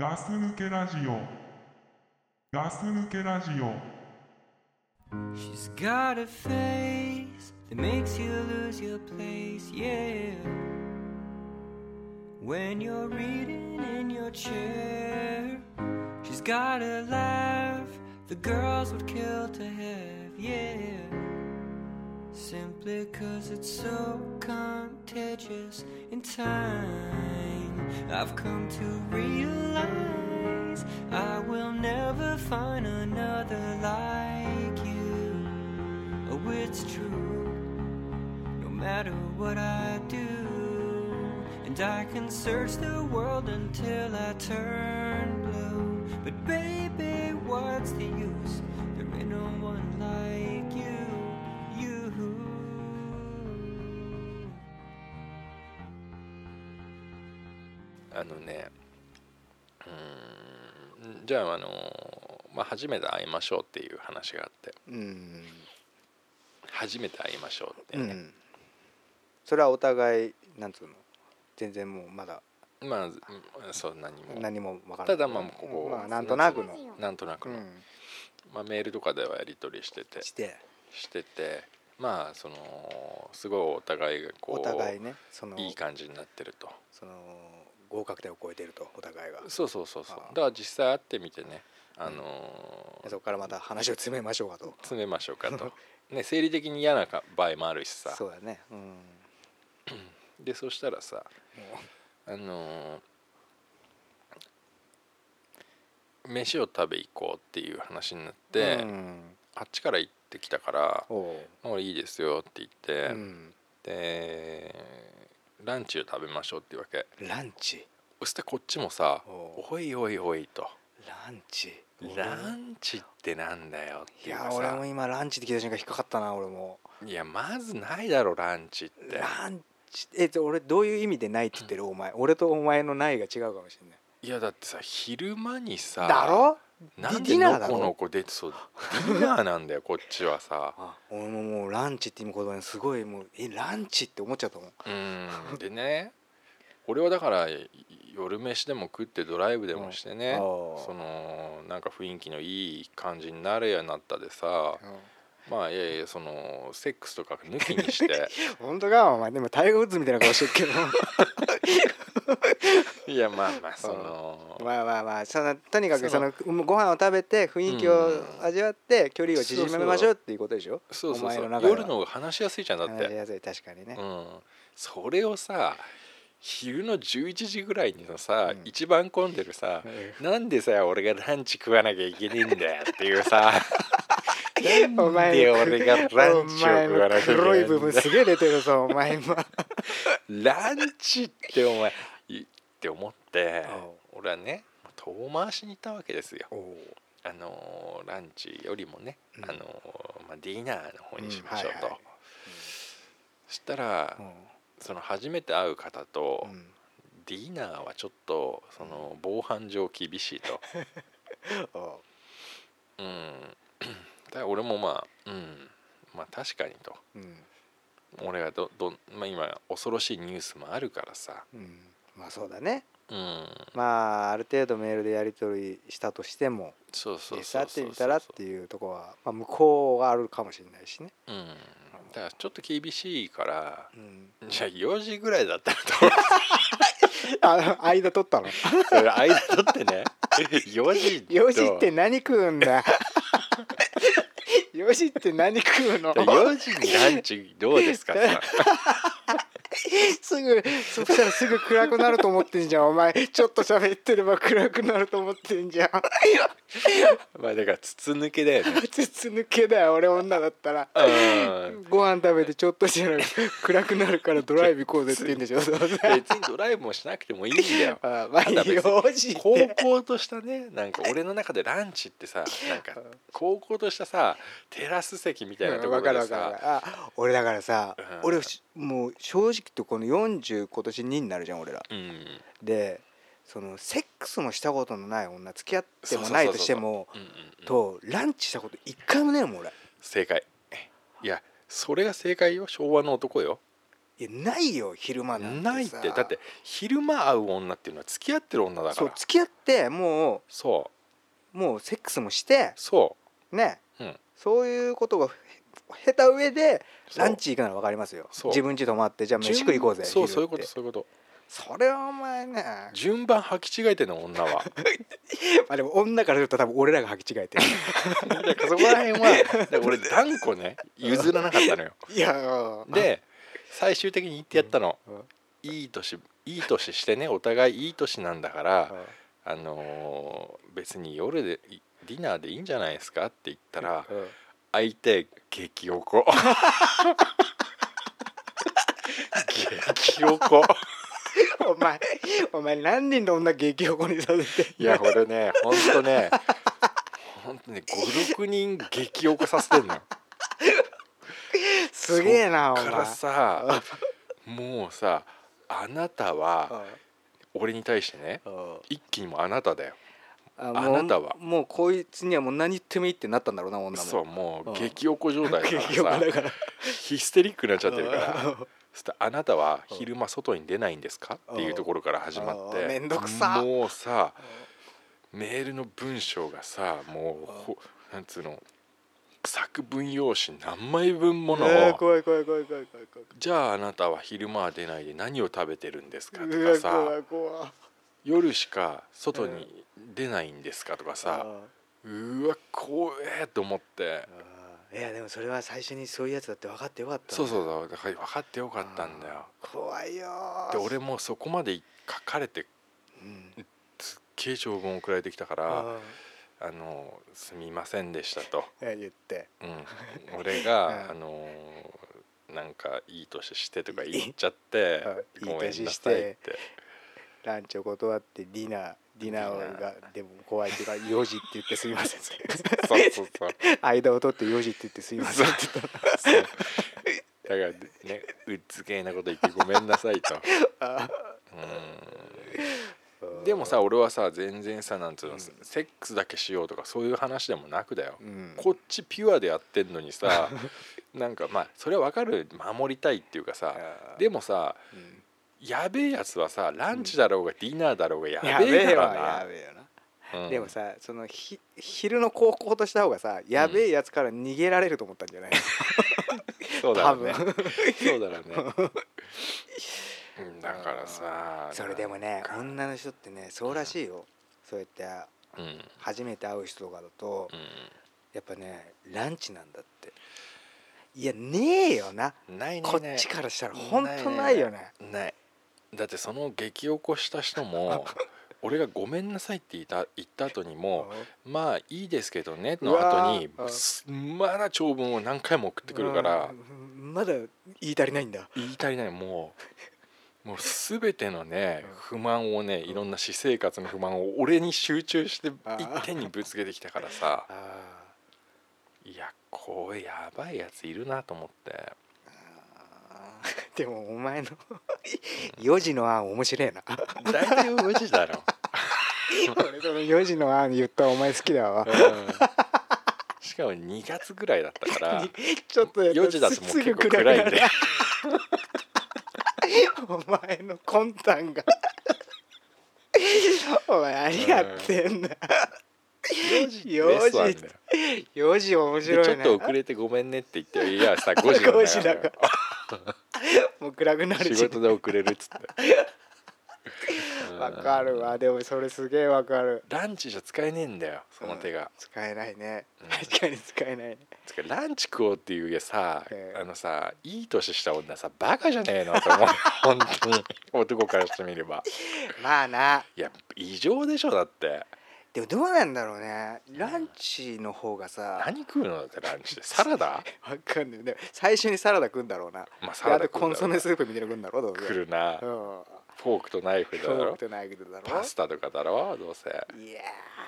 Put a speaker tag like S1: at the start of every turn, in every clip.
S1: ガス抜けラジオガス抜けラジオ
S2: She's got a face that makes you lose your place, yeah. When you're reading in your chair, she's got a laugh the girls would kill to have, yeah. Simply cause it's so contagious in time. I've come to realize I will never find another like you. Oh, it's true. No matter what I do, and I can search the world until I turn blue. But baby, what's the use? There ain't no one like you. You.
S3: あのねうーんじゃああの、まあ、初めて会いましょうっていう話があって
S4: うん、
S3: 初めて会いましょうって
S4: う
S3: ね、
S4: ん、それはお互いなんつうの全然もうまだ
S3: まあうんそんなにも
S4: 何も分からない
S3: ただまあここ
S4: まあ、なんとなくの、
S3: なんとなく
S4: う
S3: の、
S4: ん、
S3: まあ、メールとかではやり取りしてて
S4: して
S3: しててまあそのすごいお互いがこう
S4: お互いねその
S3: いい感じになってると
S4: その合格点を超えてるとお互いが
S3: そうそうそうそう
S4: あ
S3: だ
S4: ー
S3: から実際会ってみてねあのー
S4: そこからまた話を詰めましょうかと
S3: 詰めましょう かとね生理的に嫌なか場合もあるしさ
S4: そうだねうん
S3: でそしたらさ
S4: も
S3: あのー飯を食べ行こうっていう話になっ
S4: う
S3: て、
S4: うん
S3: あっちから行ってきたから
S4: おう
S3: 「もういいですよ」って言って、
S4: うん、
S3: でランチを食べましょうっていうわけ
S4: ランチ
S3: そしてこっちもさ「
S4: おう
S3: おいおいおい」と
S4: ランチ
S3: 「ランチってなんだよ」って
S4: い
S3: いう
S4: や
S3: か
S4: 俺
S3: さ
S4: も今ランチって聞いた瞬間引っかかったな俺も
S3: いやまずないだろランチって
S4: ランチえじゃあ俺どういう意味でないって言ってるお前俺とお前のないが違うかもしれない
S3: いやだってさ昼間にさ
S4: だろ
S3: なん
S4: デ
S3: で
S4: ィナ
S3: の
S4: ーだ
S3: こ
S4: ろ
S3: のこ出てそうディナーなんだよこっちはさ
S4: あ俺ももうランチって今言葉にすごいもうえランチって思っちゃったもん
S3: うーんでね俺はだからい夜飯でも食ってドライブでもしてね、
S4: うんあー
S3: そのなんか雰囲気のいい感じになるようになったでさ、まあいやいやそのセックスとか抜きにして
S4: 本当かお前でもタイガー・ウッズみたいな顔して るけど
S3: いやまあまあその
S4: まあまあまあそのとにかく
S3: そ
S4: そ
S3: の
S4: のご飯を食べて雰囲気を味わって距離を縮めましょうっていうことでしょ
S3: そうそう
S4: お前
S3: そう
S4: の中では
S3: 夜の方が話しやすいじゃんだっ、
S4: 話してやすい確かにね
S3: う、ん、それをさ昼の11時ぐらいにのさ、
S4: うん
S3: 一番混んでるさ、
S4: う
S3: なんでさ俺がランチ食わなきゃいけねえんだよっていうさ なんで俺がランチを食わなきゃいけ
S4: お前の黒
S3: ないい
S4: 部
S3: ん
S4: 分
S3: だ
S4: すげえ出てるぞお前今
S3: ランチってお前いって思って俺はね遠回しに行ったわけですよ
S4: おう
S3: あのーランチよりもね、
S4: うん
S3: あのーまあ、ディナーの方にしましょうと、
S4: うんはいはい
S3: したら、その初めて会う方と、
S4: うん
S3: ディナーはちょっとその防犯上厳しいと。
S4: おう
S3: うん、 だから俺もまあ、うん、まあ確かにと
S4: うん
S3: 俺がどどん、まあ、今恐ろしいニュースもあるからさ、
S4: うんまあそうだね
S3: うん、
S4: まあある程度メールでやり取りしたとしても
S3: そうそう
S4: 実
S3: そうそうそう
S4: 際会ってみたらっていうとこは、まあ、向こうがあるかもしれないしね、
S3: うん、だからちょっと厳しいから
S4: うん、
S3: じゃあ4時ぐらいだったらどう
S4: あ間 取ったの
S3: それ間取って ね4時と
S4: 4時って何食うんだ 4時って何食うの
S3: だから4時にランチどうですか さ
S4: すぐそしたらすぐ暗くなると思ってんじゃんお前ちょっと喋ってれば暗くなると思ってんじゃん
S3: まあだから筒抜けだよね
S4: 筒抜けだよ俺女だったら
S3: うん
S4: ご飯食べてちょっとしたら 暗くなるからドライブ行こうぜって言うんでしょそうそう
S3: 別にドライブもしなくてもいいんだよ
S4: あまあ
S3: ただ別に
S4: 4時って
S3: 高校とした ねなんか俺の中でランチってさなんか高校としたさテラス席みたいなところ
S4: わかる
S3: で
S4: わかるわ
S3: さ
S4: かるあ俺だからさ、
S3: うん
S4: 俺しもう正直言ってこの40今年2になるじゃん俺ら
S3: うん
S4: でそのセックスもしたことのない女付き合ってもないとしても
S3: うんうんうん
S4: とランチしたこと一回もねえもん俺
S3: 正解いやそれが正解よ昭和の男よ
S4: いやないよ昼間なんてさ
S3: ないってだって昼間会う女っていうのは付き合ってる女だか
S4: そう
S3: ら
S4: 付き合っても
S3: そう
S4: うもうセックスもして
S3: そ
S4: ね、
S3: うん
S4: そういうことがへ経た上で
S3: うそう
S4: ランチ行くなら分かりますよ
S3: そう
S4: 自分家泊まってじゃあ飯食い行こうぜ
S3: そうそうい
S4: 昼
S3: うこと
S4: って
S3: そういうこと
S4: それはお前ね
S3: 順番履き違えてんの女 は
S4: あでも女からすると多分俺らが履き違 えてる
S3: だからそこら辺はだから俺断固ね譲らなかったのよ
S4: いや
S3: で最終的に言ってやったの
S4: うんうん
S3: いい年いい年してねお互いいい年なんだか
S4: あ
S3: らあのー別に夜でいディナーでいいんじゃないですかって言ったら
S4: うん
S3: 相手激おこ激おこ
S4: お前お前何人の女激おこにさせて
S3: いやこれねほんとねほんとね56人激おこさせてんのよ
S4: すげえなお
S3: そっ
S4: 前
S3: からさもうさあなたは俺に対してね
S4: うんうん
S3: 一気にもうあなただよ
S4: あ
S3: あなたは
S4: もうもうこいつにはもう何言ってもいいってなったんだろうな女も
S3: そうも
S4: う
S3: うん激おこ状態だから
S4: 激おこ
S3: さ
S4: だから
S3: ヒステリックになっちゃってるから
S4: うん
S3: そしたらあなたは昼間外に出ないんですか?」っていうところから始まって
S4: うんめんどくさ
S3: もうさメールの文章がさもうほなんつうの作文用紙何枚分もの
S4: えー
S3: を
S4: 怖い怖い怖い怖い怖い怖い
S3: 「じゃああなたは昼間は出ないで何を食べてるんですか?」と
S4: うわ
S3: か
S4: 怖
S3: さ
S4: い怖い
S3: 「夜しか外に出ないんですか?」とか
S4: う
S3: さ
S4: ん
S3: うわ怖えと思って
S4: うんいやでもそれは最初にそういうやつだって分かってよかった
S3: そう
S4: う
S3: そうそうだから分かってよかったんだよ。
S4: 怖いよ
S3: で俺もそこまで書かれて
S4: うん
S3: すっげえ長文送られてきたから
S4: う
S3: 「
S4: ん
S3: あのすみませんでした」と
S4: いや言って
S3: 「 うん、俺
S4: うん
S3: が、あのなんかいい年して」とか言っちゃって「
S4: うん
S3: ごめんなさい」って
S4: ランチを断ってディナーディナーがでも怖いっていうか4時って言ってすみませんっ て
S3: そうそうそう
S4: 間を取って4時って言ってすみませんって言っ
S3: そうだからねうっつけえなこと言って「ごめんなさいと」うんでもさ俺はさ全然さなんつうの、セックスだけしようとかそういう話でもなくだよ、
S4: うん
S3: こっちピュアでやってんのにさなんかまあそれはわかる守りたいっていうかさ
S4: あー
S3: でもさやべえやつはさランチだろうがディナーだろうがや
S4: たやべ
S3: べえ
S4: え
S3: か
S4: わや
S3: ら
S4: べえよな
S3: な、うん
S4: でもさそのひ昼の高校とした方がさやべえやつから逃げられると思ったんじゃない、
S3: そうだろうね
S4: 多
S3: そう だろうねうんだからさ
S4: それでもね女の人ってねそうらしいよそうやって
S3: うんうん
S4: 初めて会う人とかだとやっぱねランチなんだっていやねえよな
S3: ないね
S4: こっちからしたらほんとないよね
S3: ないだってその激おこした人 も俺が「ごめんなさい」って言った言った後にも「まあいいですけどね」の後に
S4: うわー
S3: すまだ長文を何回も送ってくるから
S4: うんまだ言い足りないんだ
S3: 言い足りないも うもう全てのね不満をねいろんな私生活の不満を俺に集中して一点にぶつけてきたからさ
S4: あ
S3: いやこうやばいやついるなと思って
S4: ー でもお前の 4時の案面白えな
S3: 大体無事だ ろ。
S4: 俺その4時の案言ったお前好きだわ
S3: しかも2月ぐらいだったから
S4: ちょっとやったら
S3: 4時だともう
S4: すぐ
S3: 結構暗いん
S4: く
S3: で
S4: なる お前の魂胆が お前何やってんだ
S3: 4時
S4: 4時
S3: なんだよ
S4: 4時面
S3: で
S4: 白
S3: ちょ
S4: い
S3: っ
S4: な
S3: と遅れてごめんねって言っ ていやさ5時
S4: 5時
S3: な
S4: だ
S3: んだ
S4: から
S3: よ
S4: もう暗くなる
S3: 仕
S4: し
S3: 事で遅れるっつって
S4: わかるわでもそれすげえわかる
S3: ランチじゃ使えねえんだよその手が、
S4: 使えないね
S3: うん
S4: 確かに使えないね
S3: つうかランチ食おうっていうさ、
S4: うん
S3: あのさいい年した女さバカじゃねえのと 思う本当に男からしてみれば
S4: まあない
S3: や異常でしょだって
S4: でもどうなんだろうねランチの方がさ
S3: 何食うのだってランチでサラダ
S4: わかんないでも最初にサラダ食うんだろうな
S3: まあサ
S4: あ
S3: ラ
S4: と
S3: ダ
S4: コ
S3: 食う
S4: ン
S3: んだ
S4: ソ
S3: ろうな
S4: メスープみたいなの食うんだろどうせ
S3: 来るな
S4: うん
S3: フォークとナイフだ
S4: そう
S3: ろ
S4: ってないけどだろ
S3: パスタとかだろどうせ
S4: いや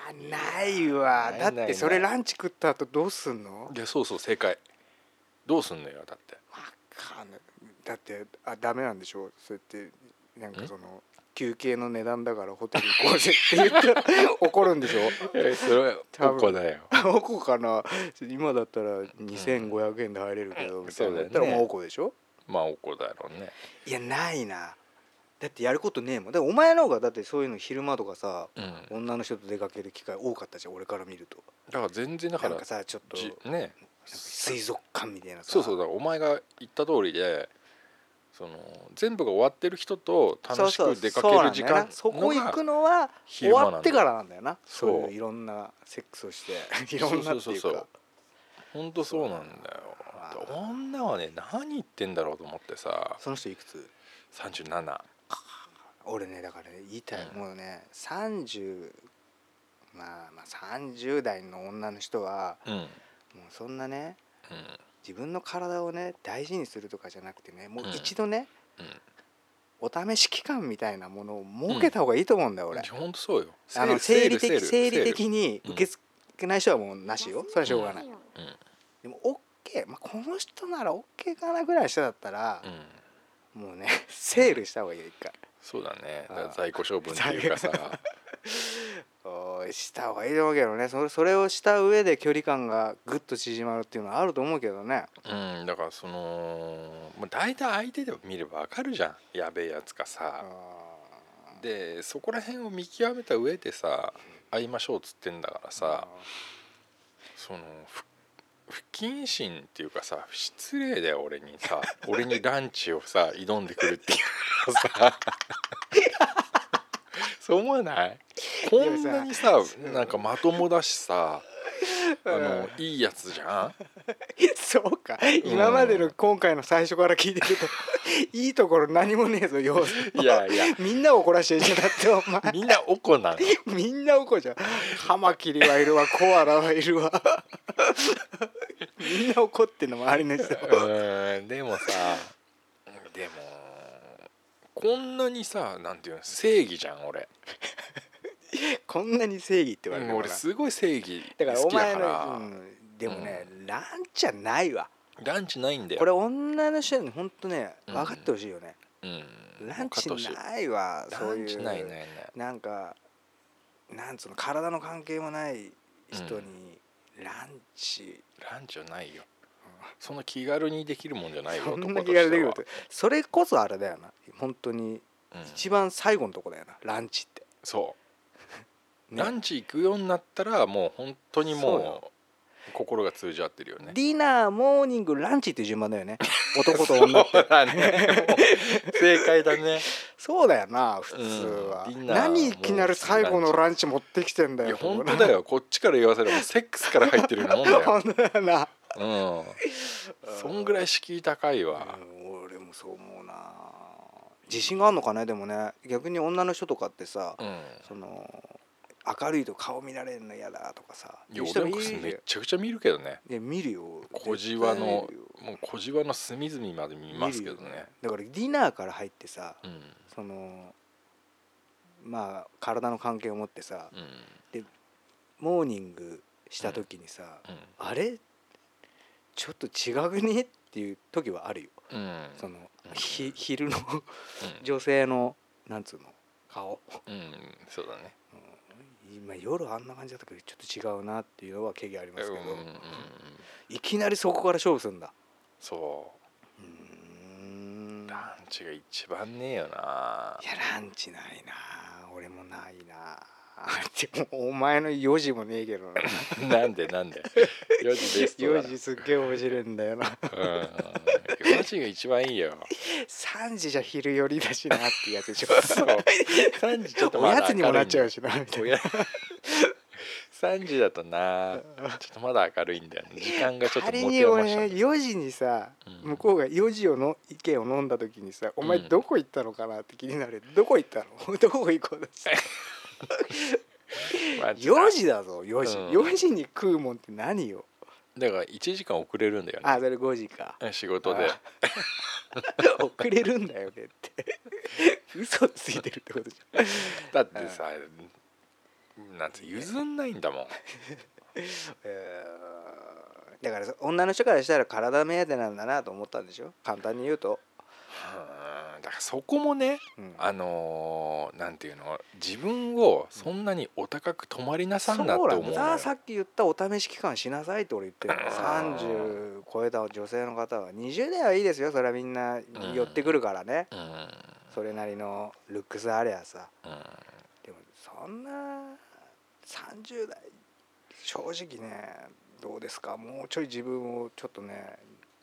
S4: ーないわ
S3: ない
S4: だ
S3: な
S4: っ
S3: い
S4: てそれランチ食った後どうすんのわ
S3: いやそうそう正解どうすんのよだって
S4: かんないだってあダメなんでしょそうやってなんかその休憩の値段だからホテル行こうぜって言ったら怒るんで しょ
S3: えそれ
S4: 多分
S3: おこだよ
S4: おこかな今だったら2500円で入れるけどみた
S3: そう
S4: いな
S3: だよね
S4: だったらもうおこでしょ
S3: まあおこだろうね
S4: いやないなだってやることねえもんだからお前の方がだってそういうの昼間とかさ
S3: うん
S4: 女の人と出かける機会多かったじゃん俺から見ると
S3: だから全然だか
S4: な
S3: ら
S4: んかさちょっと
S3: じね
S4: 水族館みたいなさ
S3: そうそうだからお前が言った通りでその全部が終わってる人と楽しく出かける時間
S4: そうそうそうなんだよなそこ行く
S3: の
S4: のは終
S3: 昼間なんだ
S4: わってからなんだよな
S3: そう
S4: そういういろんなセックスをしていろんなって
S3: そう
S4: い
S3: そううそう
S4: か
S3: 本当そうなんだよ
S4: あー
S3: で女はね何言ってんだろうと思ってさ
S4: その人いくつ
S3: 37
S4: 俺ねだからね言いたい
S3: うん
S4: もうね30まあまあ30代の女の人は
S3: うんうん
S4: もうそんなね自分の体をね大事にするとかじゃなくてねもう
S3: うん
S4: 一度ね、
S3: うん
S4: お試し期間みたいなものを設けた方がいいと思うんだよ、俺、
S3: 本当そうよ
S4: あの生理的生理
S3: に
S4: 的に
S3: うん
S4: 受け付けない人はもうなし
S5: し
S4: よ
S5: よ
S4: そ
S5: そ
S4: れ
S5: れは
S4: はし
S5: しょうがない
S4: ょうがな
S5: い、
S4: でも OK、まあ、この人なら OK かなぐらいの人だったら、もうね セールした方がいいよ一回
S3: そうだね
S4: あー
S3: だから在庫処分っていう かさ
S4: おーした方がいいと思うけどねそれそれをした上で距離感がぐっと縮まるっていうのはあると思うけどね
S3: うんだからそのまあ大体相手でも見ればわかるじゃんやべえやつか
S4: あ
S3: さでそこら辺を見極めた上でさ会いましょうっつってんだからさそのふ不謹慎っていうかさ失礼だよ俺に さ俺にランチをさ挑んでくるっていうの さそう思わないこんなにさなんかまともだしさあのいいやつじゃん
S4: そうか今までの今回の最初から聞いてると いいところ何もねえぞ要素
S3: いやいや
S4: みんな怒らしてるじゃなくてお前
S3: みんなおこな の
S4: みんなおこじゃんカマキリはいるわコアラはいるわ みんな怒ってんの周りの人
S3: うーんでもさでもこんなにさなんていうの正義じゃん俺
S4: こんなに正義って言われ
S3: う
S4: て
S3: ん
S4: る
S3: 俺
S4: から
S3: すごい正義
S4: だから
S3: 好
S4: お
S3: きだ
S4: 前
S3: か
S4: の、
S3: ら、
S4: うん、でもね、ランチゃないわ
S3: ランチないんだよ
S4: これ女の人に本当ね
S3: うん
S4: 分かってほしいよね、
S3: うん
S4: ランチ
S3: もう加藤氏
S4: ないわそう
S3: ラン
S4: い
S3: チ
S4: う
S3: ないないない
S4: なんかなんつうの体の関係もない人にランチ、
S3: ランチはないよそんな気軽にできるもんじゃないよ
S4: そんな気軽できるっ
S3: 男と
S4: てそれこそあれだよな本当に
S3: して
S4: 一
S3: はうん
S4: 番最後のとこだよなランチって。
S3: そう、
S4: ね
S3: ランチ行くようになったらもう本当に
S4: そう
S3: もう心が通じ合ってるよね
S4: ディナーモーニングランチっていう順番だよね男と女 って
S3: そうだねもう正解だ ね
S4: そうだよな普通は、
S3: うんディナー
S4: 何いきなり最後のランチ持ってきてんだ
S3: い
S4: よ
S3: や本当だよこっちから言わせればセックスから入ってるようなもんだよ
S4: 本、当だよな、
S3: うん、そんぐらい敷居高いわ、
S4: うん俺もそう思うな自信があるのかねでもね逆に女の人とかってさ、
S3: うん、
S4: その明るいと顔見られるの嫌だとかさ
S3: いや
S4: う人
S3: 俺
S4: も
S3: の
S4: い
S3: クス
S4: る
S3: めっちゃくちゃ見るけどね
S4: いや見るよ
S3: 小じわ
S4: 絶対
S3: の
S4: 見るよ
S3: もう小じわの隅々まで見ますけど
S4: 見るよ
S3: ね
S4: だからディナーから入ってさ、
S3: うんうん
S4: そのまあ体の関係を持ってさモーニングした時にさ、あれちょっと違くねっていう時はあるよ
S3: うんうん
S4: そのひ昼の
S3: うん
S4: 女性のなんつうの顔
S3: うんそうだね
S4: 今夜あんな感じだったけどちょっと違うなっていうのは経験ありま
S3: うん
S4: すけど、
S3: うんうん
S4: いきなりそこから勝負するんだ
S3: そう
S4: ーん
S3: う
S4: い
S3: ランチが一番ねえよな
S4: やランチないな俺もないな でもお前の4時もねえけどな
S3: なんでなんで4時です
S4: 4時すっげえ面白いんだよ な
S3: 4時が一番いいよ
S4: 3時じゃ昼寄りだしなってやつでしょ
S3: そう3時ちょっと
S4: お
S3: まだ
S4: やつにもなっちゃ
S3: 明るいんだよ
S4: うしなみたい
S3: お
S4: な
S3: や3時だとなちょっとまだ明るいんだよね時間がちょっと
S4: 仮
S3: 持
S4: に
S3: て余した
S4: 俺
S3: んだよ
S4: 4時にさ、
S3: うん
S4: 向こうが4時をの意見を飲んだ時にさ「お前
S3: うん
S4: どこ行ったのかな?」って気になる、どこ行ったの どこ行こうだし
S3: まあちょっと
S4: 4時だぞ4時、
S3: うん
S4: 4時に食うもんって何よ
S3: だから1時間遅れるんだよね
S4: あそれ5時か
S3: 仕事で
S4: あ遅れるんだよねって 嘘ついてるってことじ ゃん
S3: だってさなんて譲んないんだもん
S4: えーだからそ女の人からしたら体目当てなんだなと思ったんでしょ簡単に言うと
S3: だからそこもね
S4: うん
S3: あのーなんていうの自分をそんなにお高く泊まりなさんなって
S4: そう
S3: 思
S4: な
S3: うんのよ
S4: ださっき言ったお試し期間しなさいって俺言ってるの
S3: あ
S4: 30超えた女性の方は20代はいいですよそれはみんな寄ってくるからね、
S3: うん
S4: それなりのルックスありゃさ
S3: うん
S4: でもそんな30代正直ねどうですかもうちょい自分をちょっとね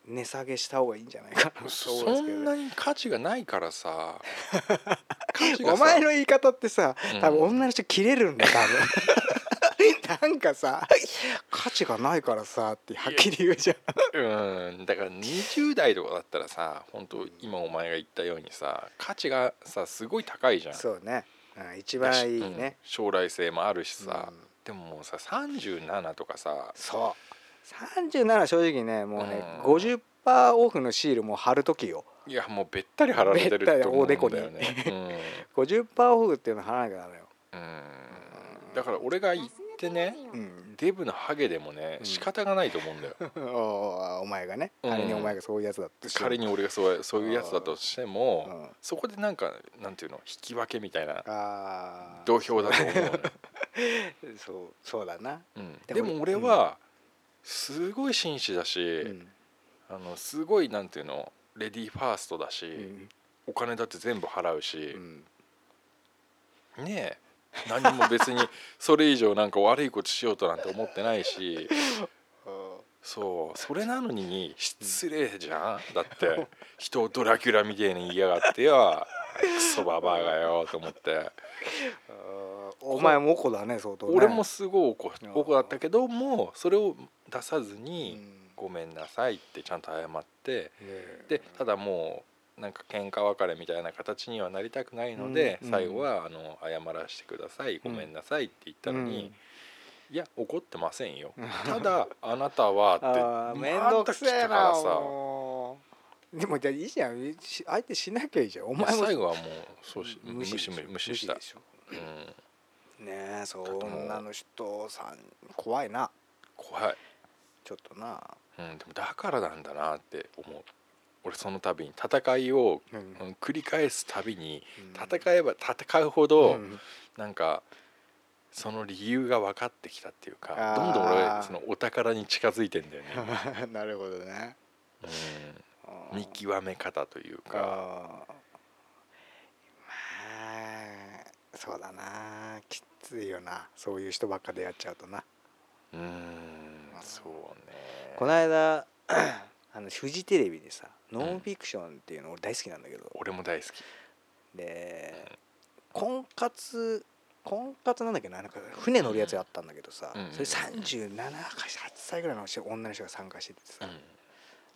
S4: 値下げした方がいいんじゃないかなと思うんで
S3: そ
S4: すけど
S3: ん
S4: ね
S3: なに価値がないから さ価値
S4: お前の言い方ってさ
S3: うん
S4: 多分女の人切れるんだよ多分なんかさ価値がないからさってはっきり言うじゃん
S3: うんだから20代とかだったらさ本当今お前が言ったようにさ価値がさすごい高いじゃん
S4: そうね、うん、一番いい
S3: うん
S4: ね、
S3: 将来性もあるしさ、
S4: うん
S3: でももうさ37とかさ
S4: そう37は正直ねもうね、
S3: うん
S4: 50%オフのシールもう貼る時よ
S3: いやもうべったり貼られてると思うんだよ
S4: べった
S3: ね、
S4: 50%オフっていうの貼らなきゃダメよ、
S3: うんうん、だから俺が言ってね
S4: うん、
S3: デブのハゲでもね
S4: うん
S3: 仕方がないと思うんだ よ、
S4: おお前がね
S3: うん
S4: 仮にお前がそういうやつだって
S3: 仮
S4: に
S3: に俺がそうそういうやつだとしても、
S4: うん
S3: そこでなんかなんていうの引き分けみたいな
S4: ああ
S3: 土俵だと思うのよ、
S4: そうそうだな、
S3: うん
S4: で
S3: で
S4: も
S3: も俺はすごい紳士だし、
S4: うん
S3: あのすごいなんていうのレディーファーストだし、
S4: うん
S3: お金だって全部払う
S4: う
S3: し、
S4: ん
S3: ねえ何も別にそれ以上なんか悪いことしようとなんて思ってない しそうそれなのに失礼じ ゃん、だって人をドラキュラみてえに言いやがってよクソババアがよと思って
S4: お前もおこだね相当ね
S3: 俺もすごい怒
S4: あー
S3: 怒だったけどもそれを出さず
S4: う
S3: に
S4: ん
S3: 「ごめんなさい」ってちゃんと謝って
S4: ね
S3: でただもうなんか喧嘩別れみたいな形にはなりたくないので、
S4: うん
S3: 最後はあの「謝らせてくださいごめんなさい」って言ったのに「いや怒ってませんよただあなたは」って
S4: あーめんどくせえ
S3: また来たか
S4: な
S3: らさ
S4: もうでもじゃあいいじゃんし相手しなきゃいいじゃんお
S3: いや
S4: 前も
S3: 最後はもうそうし無
S4: 無視
S3: 視無視無視した
S4: 無でょ
S3: うん、
S4: ねえそ
S3: ともうん
S4: なの人さん怖いな
S3: 怖い、
S4: ちょっとな
S3: うん、でもだからなんだなって思う俺その度に戦いを
S4: うん
S3: うん繰り返すたびに
S4: うん
S3: 戦えば戦うほど
S4: うん
S3: なんかその理由が分かってきたっていうか
S4: あー
S3: どんどん俺そのお宝に近づいてんだよ ね、
S4: なるほどね
S3: うん、見極め方というか
S4: あーまあそうだなきついよなそういう人ばっかでやっちゃうとな
S3: うんそうね
S4: この間 あのフジテレビでさ「ノンフィクション」っていうの俺大好きなんだけど、
S3: 俺も大好き
S4: で婚活婚活なんだっけななんか船乗るやつやったんだけどさ、
S3: うん
S4: それ37か8歳ぐらいの女の人が参加しててさ、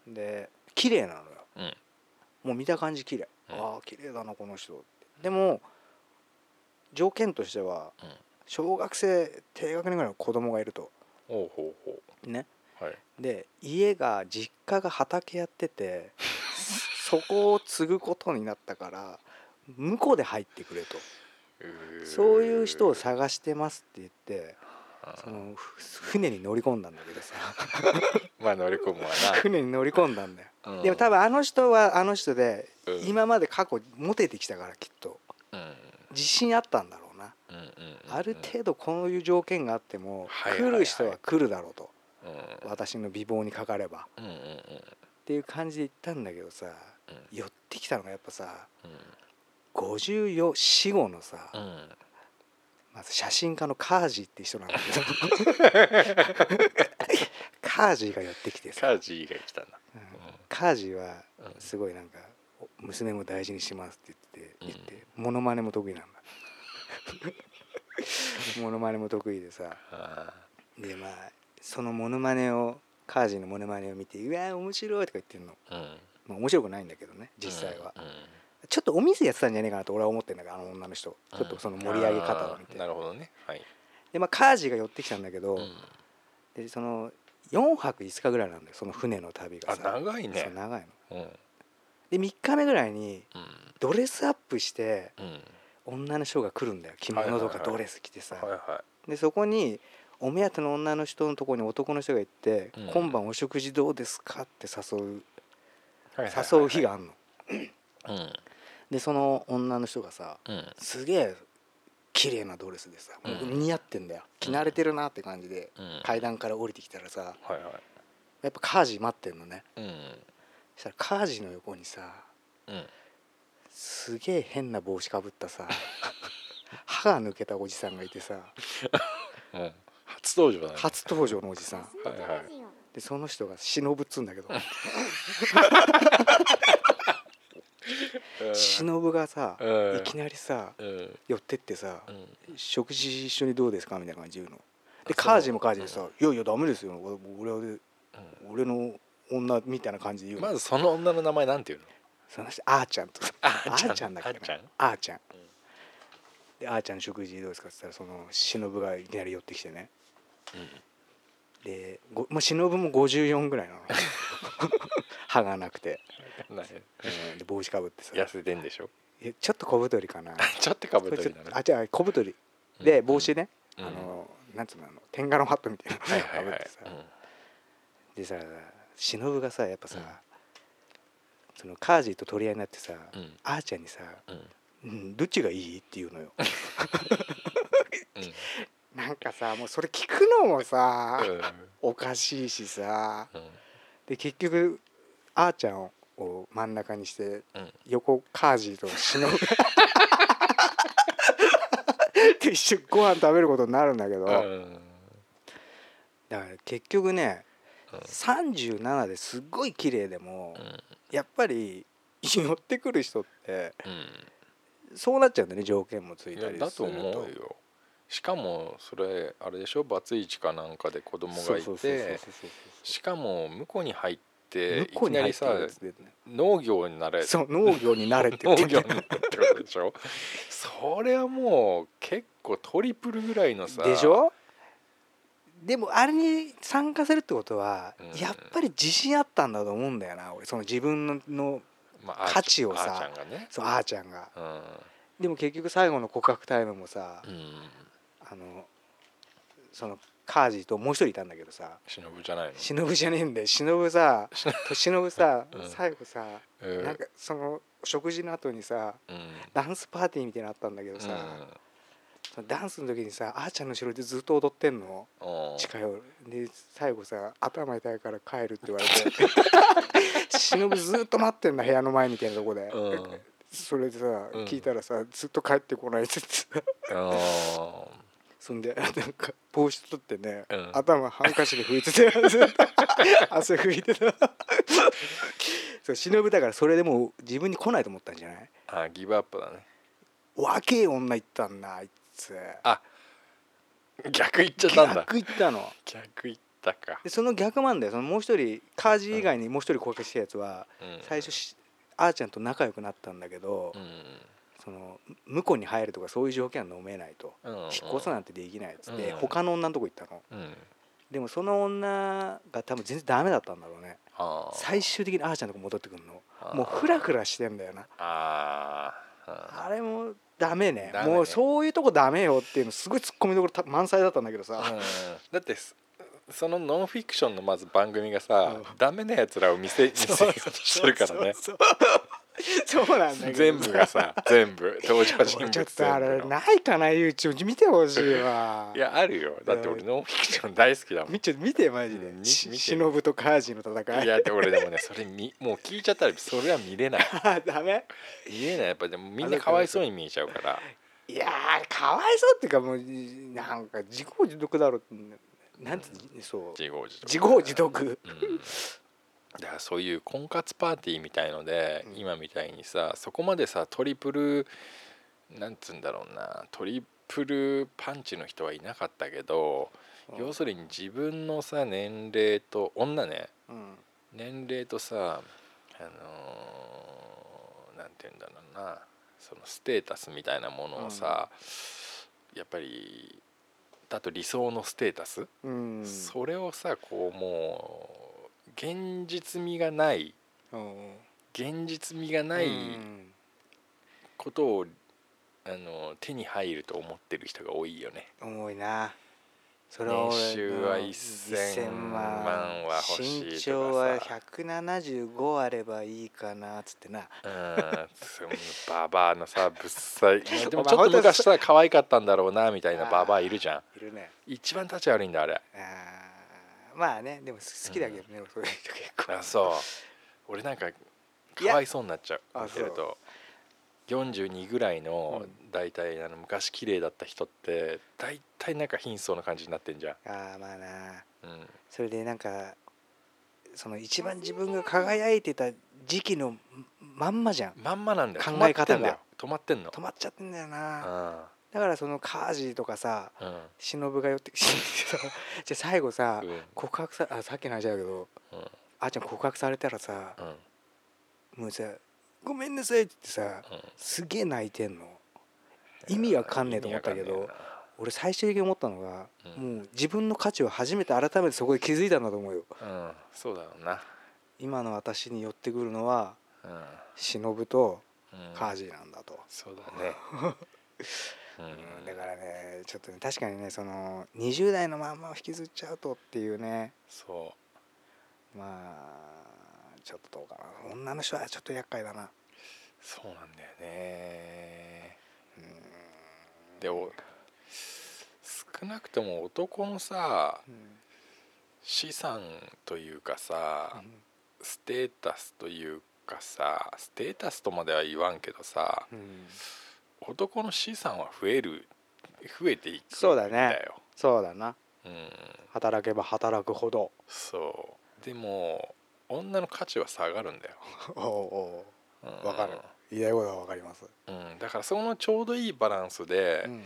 S4: で綺麗なのよ
S3: うんうん
S4: もう見た感じ綺麗、
S3: うん
S4: ああ綺麗だなこの人ってでも条件としては
S3: うん
S4: 小学生低学年ぐらいの子供がいると
S3: ほうほうほ
S4: ね
S3: うはい
S4: で家が実家が畑やって てそこを継ぐことになったから向こうで入ってくれとそういう人を探してますって言ってそのふ船に乗り込んだんだけどさ
S3: まあ乗り込むわ
S4: 船に乗り込んだんだよ、
S3: な、うん
S4: でも多分あの人はあの人で、
S3: うん
S4: 今まで過去モテてきたからきっと
S3: うん
S4: 自信あったんだろうな、
S3: うんうんうんうん
S4: ある程度こういう条件があっても、
S3: はいはいはい
S4: 来る人は来るだろうと
S3: うん
S4: 私の美貌にかかれば
S3: うんうんうん
S4: っていう感じで言ったんだけどさ、
S3: う
S4: 寄ってきたのがやっぱさ
S3: う
S4: 54死後のさ、
S3: んうん
S4: まず写真家のカージーって人なんだ けどカージーが寄ってきて
S3: カ
S4: さ
S3: ージーが来たんだ
S4: うんカージーは
S3: うん
S4: すごいなんか「娘も大事にします」って
S3: うん
S4: 言って言ってモノマネも得意なん だモノマネも得意でさ
S3: あ
S4: でまあそのモノマネをカージーのモノマネを見て「うわー面白い」とか言ってんの、
S3: ーうん
S4: まあ、面白くないんだけどね実際は、
S3: うんうん
S4: ちょっとお店やってたんじゃねえかなと俺は思ってんだけどあの女の人ちょっとその盛り上げ方を見
S3: あー
S4: て
S3: なるほどねはい、
S4: でまあカージーが寄ってきたんだけど、
S3: うん
S4: でその4泊5日ぐらいなんだよその船の旅が
S3: あ
S4: さ
S3: 長い
S4: そう
S3: ね
S4: 長いの
S3: うん
S4: で3日目ぐらいに
S3: うん
S4: ドレスアップして
S3: うん
S4: 女の人が来るんだよ着物とか
S3: はいはいはい
S4: ドレス着てさ、
S3: はいは
S4: でそこにお目当ての女の人のところに男の人が行って、
S3: うん
S4: 今晩お食事どうですか?」って誘う
S3: いはいはいはい
S4: 誘う日があんの、
S3: うん
S4: でその女の人がさ
S3: うん
S4: すげえ綺麗なドレスでさもう似合ってんだよ着慣れてるなって感じで
S3: うん
S4: 階段から降りてきたらさ
S3: はいはい
S4: やっぱカージ待ってんのね
S3: うん
S4: そしたらカージの横にさ
S3: うん
S4: すげえ変な帽子かぶった さ歯が抜けたおじさんがいてさ
S3: うん初登場だね
S4: 初登場のおじさん
S3: はいはい
S4: でその人が忍ぶっつうんだけど忍がさ
S3: うん
S4: いきなりさ
S3: うんうん
S4: 寄ってってさ
S3: うん
S4: 「食事一緒にどうですか?」みたいな感じ言うので
S3: そう
S4: カージもカージでさ「いやいやダメですよ俺俺俺の女」みたいな感じで言うの、
S3: まずその女の名前なんていうの
S4: その人あーちゃんと
S3: あ
S4: あーちゃんだっ
S3: あ
S4: け
S3: ーちゃ
S4: なんあーちゃんであーちゃんの食事どうですかって言ったらその忍がいきなり寄ってきてねでごまあ忍も54ぐらい なの歯がなくて、
S3: な
S4: うんで帽子かぶってさ
S3: 痩せてんでしょ
S4: えちょっと小太りかな
S3: ちょっとかぶと
S4: ちょ
S3: り
S4: っ
S3: な
S4: と
S3: の
S4: あじゃあ小太りで
S3: うん
S4: 帽子ね、
S3: うん
S4: あのなんつうのあの天下のハットみたいなの
S3: はいはい
S4: かぶ
S3: は
S4: って
S3: い
S4: さ、でさ忍がさやっぱさ、そのカージーと取り合いになってさ、
S3: うんうん
S4: あーちゃんにさ、
S3: うん
S4: うん、どっちがいいって言う のよなんかさもうそれ聞くのもさ、おかしいしさ
S3: うん
S4: で結局あーちゃんを真ん中にして
S3: うん
S4: 横カージーと忍 が で一緒にご飯食べることになるんだけど、
S3: うん
S4: だから結局ね、
S3: うん
S4: 37ですっごい綺麗でも、
S3: うん
S4: やっぱり寄ってくる人って
S3: うん
S4: そうなっちゃうんだね条件もつい
S3: い
S4: た
S3: や
S4: り
S3: だ
S4: す
S3: と
S4: る
S3: 思
S4: と
S3: うよしかもそれあれでしょバツイチかなんかで子供がい
S4: そうそうそうそう
S3: て
S4: そう
S3: しかも向こうに入ってい
S4: 向こう
S3: き
S4: に
S3: な
S4: 入
S3: り
S4: って
S3: さ
S4: るやつでね
S3: 農業になれ
S4: そう農業に慣れて
S3: 農
S4: る
S3: 業になれってことでしょそれはもう結構トリプルぐらいのさ
S4: でしょでもあれに参加するってことは、
S3: うん
S4: やっぱり自信あったんだと思うんだよな俺その自分のの
S3: まああー
S4: 価値を
S3: あー
S4: さ
S3: ちゃんがね
S4: そうあーちゃんが
S3: うん
S4: でも結局最後の告白タイムもさ、
S3: うん
S4: あのそのカージともう一人いたんだけどさ
S3: 忍じゃないの
S4: 忍じゃねえんだよ忍さ忍さ、
S3: うん
S4: 最後さ、
S3: うん
S4: なんかその食事の後にさ
S3: うん
S4: ダンスパーティーみたいなのあったんだけどさ、そのダンスの時にさあーちゃんの後ろでずっと踊ってんの
S3: うんうん
S4: 近寄るで最後さ「頭痛いから帰る」って言われ て忍ずっと待ってんだ部屋の前みたいなとこで、
S3: うん
S4: それでさ
S3: ん
S4: 聞いたらさずっと帰ってこないって言ってさそんでなんか帽子取ってね、
S3: うん
S4: 頭ハンカチで拭いて て汗拭いてたそう忍だからそれでもう自分に来ないと思ったんじゃない
S3: あーギブアップだね
S4: 若え女行ったんだあいつ
S3: あ逆行っちゃったんだ
S4: 逆行ったの
S3: 逆行ったか
S4: でその逆なんだよそのもう一人カージ以外にもう一人声かけしたやつは、
S3: うん
S4: 最初しあーちゃんと仲良くなったんだけど、
S3: う
S4: その向こうに入るとかそういう条件は飲めないと、
S3: ん
S4: 引っ越すなんてできないっつって、
S3: うん
S4: 他の女のとこ行ったの
S3: うん
S4: でもその女が多分全然ダメだったんだろうね
S3: あー
S4: 最終的にあーちゃんのとこ戻ってくるの
S3: あー
S4: もうフラフラしてんだよな
S3: あー
S4: あれもダメね
S3: ダメね
S4: もうそういうとこダメよっていうのすごいツッコミどころた満載だったんだけど
S3: あー
S4: さ、
S3: うんだってそそのノンフィクションのまず番組がさ
S4: うん
S3: ダメなやつらを見せ見せようとしてるからね
S4: そうそうそうなんだけど
S3: 全部がさ全部登場人
S4: 俺
S3: 物
S4: ち
S3: 全
S4: ょっとあれ
S3: 部の
S4: ないかな YouTube 見てほしいわ
S3: いやあるよだって俺ノンフィクション大好きだもん
S4: みちょ見てマジで
S3: うんみ
S4: し
S3: 見て
S4: 忍とカージの戦い
S3: いやで俺でもねそれ見もう聞いちゃったらそれは見れない
S4: あ ダメ
S3: 見れないやっぱでもみんなかわいそうに見えちゃうから
S4: いやーかわいそうっていうかもうなんか自業自得だろなんつうそう
S3: 自業自得
S4: 自業自得
S3: うんだからそういう婚活パーティーみたいので、
S4: うん
S3: 今みたいにさそこまでさトリプルなんつうんだろうなトリプルパンチの人はいなかったけど、
S4: うん
S3: 要するに自分のさ年齢と女ね
S4: うん
S3: 年齢とさあのーなんて言うんだろうなそのステータスみたいなものをさ、やっぱりだと理想のステータス、
S4: うん
S3: それをさこうもう現実味がない
S4: うん
S3: 現実味がない
S4: うん
S3: ことを、あの手に入ると思ってる人が多いよね。
S4: 重いなそれは俺の
S3: 年収は1000万は欲しいとかさ
S4: 身長は175あればいいかなっつってな
S3: うんそのババアのさぶっさいでもち
S4: お
S3: ょっ
S4: 前
S3: と昔さ可愛かったんだろうなみたいなババアいるじゃん
S4: いるね
S3: 一番立ち悪いんだあれ
S4: あーまあねでも好きだけどね、そういう人結構
S3: あそう俺なんかかわいそうになっちゃう
S4: いや
S3: 見てると42ぐらいの大体あの昔綺麗だった人って大体なんか貧相な感じになってんじゃん、
S4: ああまあな
S3: うん、
S4: それでなんかその一番自分が輝いてた時期のまんまじゃん
S3: まんまなんだよ
S4: 考え方が
S3: 止まってんだよ
S4: 止
S3: 止
S4: まっちゃってんだよな
S3: まっ
S4: だからそのカージとかさ
S3: てんだよ
S4: 忍が寄って忍 じゃあ最後さ
S3: うんうん
S4: 告白さあさっきの話だけど
S3: うん
S4: あーちゃん告白されたらさ
S3: うん
S4: もうさ「ごめんなさい」って言ってさすげえ泣いてんの意味わかんねえと思ったけ
S3: 意味わ
S4: ど
S3: かんね
S4: 俺最終的に思ったのが
S3: うん
S4: もう自分の価値を初めて改めてそこで気づいたんだと思うよ
S3: えなうんそうだろうな
S4: 今の私に寄ってくるのは
S3: うん
S4: 忍と
S3: うん
S4: カージなんだと、
S3: そうだ ねう
S4: うん
S3: ん
S4: だからねちょっとね確かにねその20代のまんまを引きずっちゃうとっていうね
S3: そ
S4: まあちょっとどうかな女の人はちょっと厄介だな
S3: うそうなんだよね
S4: うん
S3: でお少なくとも男のさ
S4: うん
S3: 資産というかさステータスというかさステータスとまでは言わんけどさ
S4: うん
S3: 男の資産は増える増えていくんだよ
S4: そうだねそうだな
S3: うん
S4: 働けば働くほど
S3: そうでも女の価値は下がるんだよ
S4: おうお
S3: うん
S4: うわかる言いたいことはわかります、
S3: うん、だからそのちょうどいいバランスで、
S4: うん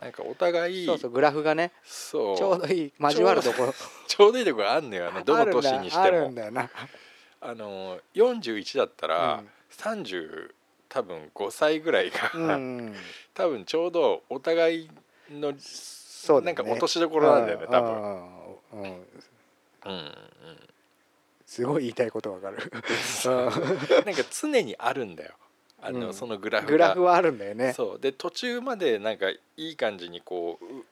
S3: なんかお互い
S4: そうそうグラフがね
S3: そう
S4: ちょうどいい交わるところ
S3: ちょうどいいとこがあんのよねどの年にして
S4: ある
S3: も
S4: んだよな
S3: あの41だったら、
S4: うん
S3: 30多分5歳ぐらいが、
S4: うん
S3: 多分ちょうどお互いの
S4: そうだ
S3: な
S4: よ
S3: んか
S4: ね
S3: 落としどころなんだよね多分
S4: 分、うんう
S3: う
S4: ん、
S3: んうん
S4: すごい言いたいことわかる
S3: なんか常にあるんだよあの、
S4: うん
S3: そのグラフが
S4: グラフはあるんだよね
S3: そうで途中までなんかいい感じにこうう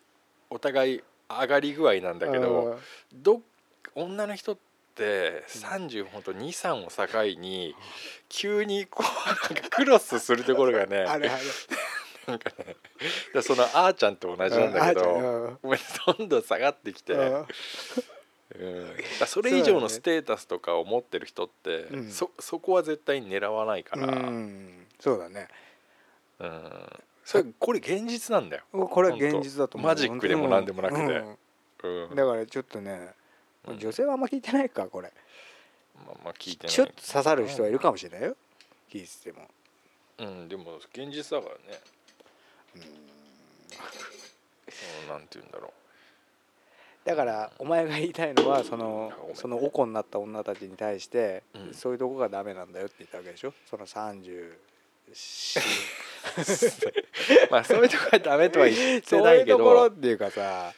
S3: お互い上がり具合なんだけど、どっ女の人って30本と23を境に急にこうなんかクロスするところが
S4: う
S3: ね
S4: んあれあれ
S3: なんかねでそのあーちゃんと同じなんだけ
S4: うん
S3: ど
S4: あー
S3: ごめんどんどん下がってきて、
S4: ちゃん
S3: うん
S4: うん
S3: だからそれ以上のステータスとかを持ってる人ってそ,、
S4: うん
S3: そこは絶対に狙わないから、
S4: う
S3: うん
S4: んそうだね
S3: それこれ現実なんだよ。
S4: これは現実だと思う
S3: マジックでも何でもなくて
S4: うん
S3: うん
S4: だからちょっとね
S3: うん
S4: 女性はあんま聞いてないかこれ
S3: まあ、まあ聞いてない
S4: ちょっと刺さる人はいるかもしれないよ聞いてても
S3: うん、でも現実だからねうんなんて言うんだろ
S4: だからお前が言いたいのはその
S3: ごめん
S4: そのおこになった女たちに対して
S3: うん
S4: そういうとこがダメなんだよって言ったわけでしょその30
S3: うまあそういうとこはダメとは言って
S4: そう
S3: ないいうけ
S4: ところ
S3: ど
S4: っていうかさ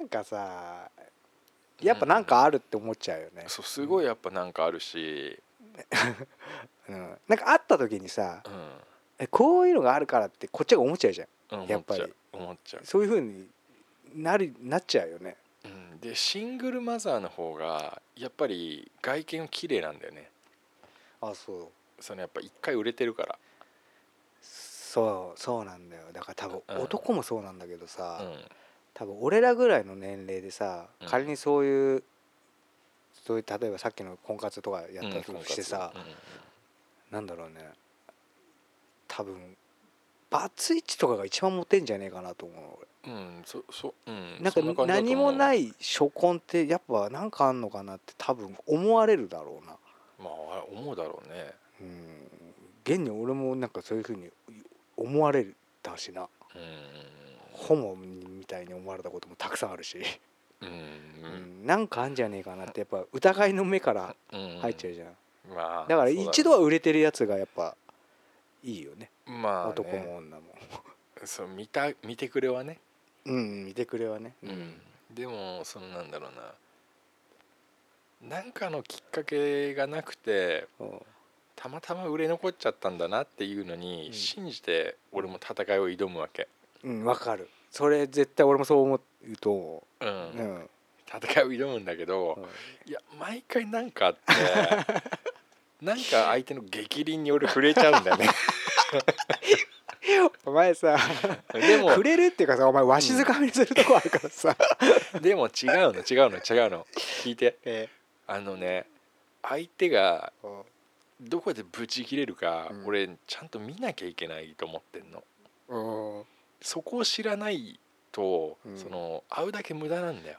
S4: なんかさやっぱなんかあるって思っちゃうよね、
S3: そうすごいやっぱなんかあるし、
S4: うん、なんかあった時にさ
S3: う
S4: えこういうのがあるからってこっちが思っちゃうじゃん
S3: んうん、
S4: やっぱり
S3: 思っちゃう思っちゃ
S4: そういう風になるなっちゃうよね
S3: う、うん、でシングルマザーの方がやっぱり外見綺麗なんだよね
S4: あそう
S3: そのやっぱ一回売れてるから
S4: そうそうなんだよだから多分
S3: うん
S4: 男もそうなんだけどさ、
S3: うん
S4: 多分俺らぐらいの年齢でさ
S3: うん
S4: 仮にそういうそういう例えばさっきの婚活とかや
S3: う
S4: っ
S3: ん
S4: たとしてさ、
S3: 婚活
S4: なんだろうね多分バツイチとかが一番モテんじゃねえかなと思う俺
S3: うん、うんそそうん
S4: なん
S3: そ感
S4: か
S3: じだと思
S4: 何
S3: う
S4: もない初婚ってやっぱなんかあんのかなって多分思われるだろうな
S3: まあ思うだろうね
S4: うん現に俺もなんかそういうふうに思われたしなホモみたいに思われたこともたくさんあるし、
S3: うんう
S4: うんんなんかあんじゃねえかなってやっぱ疑いの目から
S3: うんうん
S4: 入っちゃうじゃん、
S3: まあ
S4: だから
S3: そうね
S4: 一度は売れてるやつがやっぱいいよね
S3: まあね、
S4: 男も女も
S3: そう見た見てくれはね、
S4: うん見てくれはね
S3: でもそのなんだろうななんかのきっかけがなくて
S4: うん
S3: たまたま売れ残っちゃったんだなっていうの
S4: う
S3: に
S4: ん
S3: 信じて俺も戦いを挑むわけ、
S4: うんわかるそれ絶対俺もそう思うと思
S3: う
S4: う、
S3: ん、
S4: うん
S3: 戦いを挑むんだけど、
S4: うん
S3: いや毎回なんかあって なんか相手の逆鱗に俺触れちゃうんだよ ね
S4: お前さ
S3: でも
S4: 触れるっていうかさお前わしづかみにするとこあるからさ、
S3: でも違うの違うの違うの聞いて
S4: え
S3: あのね相手が
S4: え
S3: どこでブチ切れるか、
S4: うん
S3: 俺ちゃんと見なきゃいけないと思ってんの
S4: うん
S3: そこを知らないと、
S4: うん
S3: その会うだけ無駄なんだよ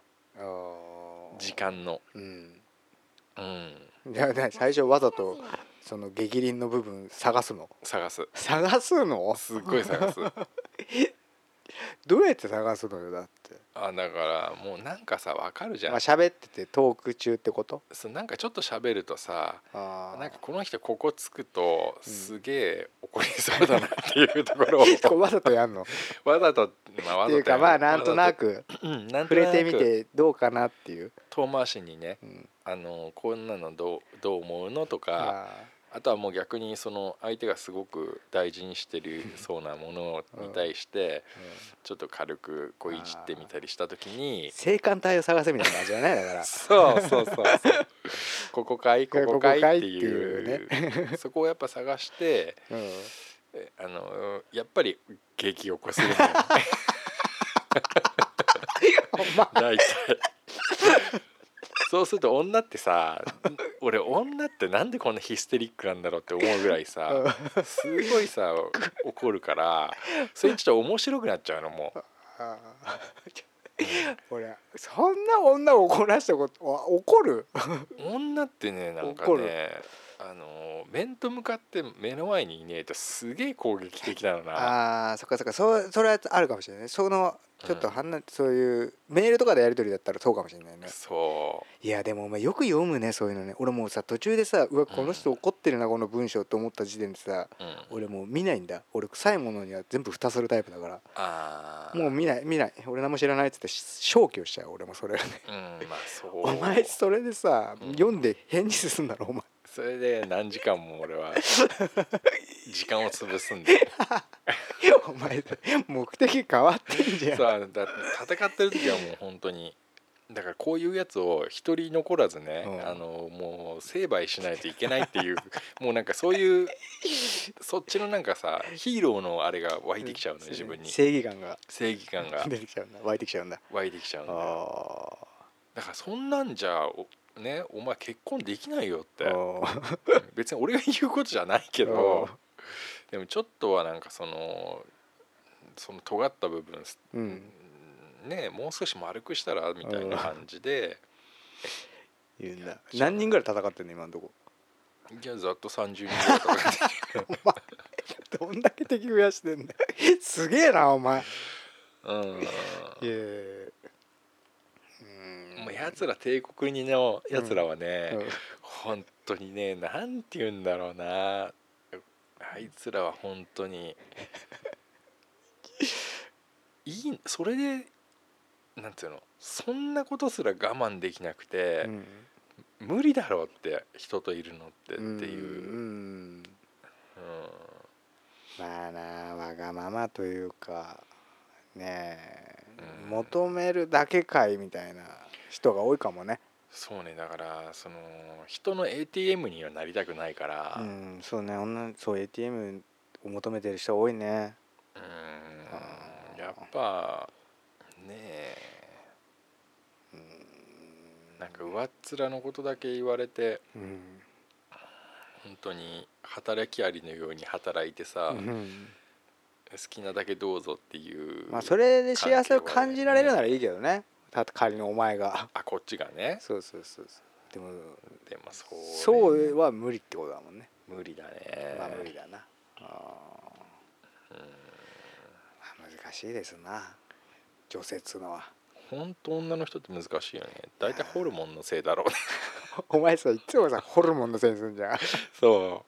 S3: 時間の
S4: うん
S3: うん
S4: じゃあね最初わざとその激鱗の部分探すの
S3: 探す
S4: 探すの
S3: すっごい探 す
S4: どうやって探すのよだって
S3: あだからもうなんかさわかるじゃん、
S4: まあ喋っててトーク中ってこと
S3: そうなんかちょっと喋るとさ
S4: あー
S3: なんかこの人ここつくと
S4: うん
S3: すげえ怒りそうだなっていうとこ ろを
S4: こうわざとやんのっ
S3: わざと、まあ、わ
S4: て
S3: ざと
S4: いうかまあ
S3: や
S4: なんとなく
S3: わざとうんなんと
S4: 触
S3: なく
S4: れてみてどうかなっていう、
S3: 遠回しにね
S4: うん、
S3: あのこんなのどうどう思うのとか
S4: あ
S3: あとはもう逆にその相手がすごく大事にしてるそうなものに対して
S4: ー、うん
S3: ちょっと軽くこういじってみたりした時に
S4: 性感帯を探せみたいな感じだねだから
S3: そうそう そうそうここかいここかいっていう
S4: ここ か
S3: そこをやっぱ探して
S4: うん
S3: えあのやっぱり激おこするのよ大体そうすると女ってさ俺女ってなんでこんなヒステリックなんだろうって思うぐらいさすごいさ怒るからそれちょっと面白くなっちゃうのもう
S4: あ ー俺そんな女を怒らしたことわ怒る
S3: 女ってねなんか
S4: 怒る
S3: ねあの面と向かって目の前にいねえとすげえ攻撃的なのな
S4: あーそっかそっかそうそれはあるかもしれないねそのちょっとはんな、そういうメールとかでやり取りだったらそうかもしれないね
S3: そ
S4: いやでもお前よく読むねそういうのね俺もうさ途中でさうわこの人怒ってるなこの文章と思った時点でさ
S3: う、うん、
S4: 俺もう見ないんだ俺臭いものには全部蓋するタイプだから
S3: あー
S4: もう見ない見ない俺何も知らないっつって消去しちゃう俺もそれはね
S3: うんまあそう
S4: お前それでさ
S3: うん
S4: 読んで返事すんだろお前
S3: それで何時間も俺 は時間を潰すんで
S4: お前目的変わってんじゃん
S3: さあだって戦ってる時はもう本当にだからこういうやつを一人残らずね、
S4: うん
S3: あのもう成敗しないといけないっていう もうなんかそういうそっちのなんかさヒーローのあれが湧いてきちゃうのよ自分に
S4: 正義感が
S3: 正義感が
S4: 出てきちゃうんだ湧いてきちゃうんだ
S3: 湧いてきちゃうんだよ
S4: あ
S3: だからそんなんじゃおねお前結婚できないよって
S4: あ
S3: 別に俺が言うことじゃないけどでもちょっとはなんかそのその尖った部分す
S4: うん
S3: ねもう少し丸くしたらみたいな感じで
S4: 言うんだ何人ぐらい戦ってんの今のとこ
S3: いやざっと30人ぐらいと か
S4: どんだけ敵増やしてんだよすげえなお前い
S3: うん
S4: やいやいやうん
S3: もうやつら帝国にのやつらはね、
S4: うん
S3: 本当にねなんて言うんだろうなあいつらは本当に いいそれでなんていうのそんなことすら我慢できなくて、無理だろうって人といるのってって
S4: うん
S3: いう、うん
S4: んまあなわがままというかねえ
S3: うん
S4: 求めるだけかいみたいな人が多いかもね
S3: そうねだからその人の ATM にはなりたくないから、
S4: う
S3: うん
S4: んそうね女そう ATM を求めてる人多いねあー
S3: やっぱねえなんか上っ面のことだけ言われて
S4: うん
S3: 本当に働きありのように働いてさ、好
S4: うん
S3: きなだけどうぞっていう、
S4: まあそれで幸せを感じられるならいいけどねた仮にお前が
S3: あこっちがね
S4: そうそうそうそうでも
S3: でもそれ
S4: そうは無理ってことだもんね
S3: 無理だね、
S4: まあ無理だなあーまあ難しいですな女性っつうのは
S3: 本当女の人って難しいよね大体ホルモンのせいだ ろうね
S4: お前さいつもさホルモンのせいにするじ ゃん
S3: そ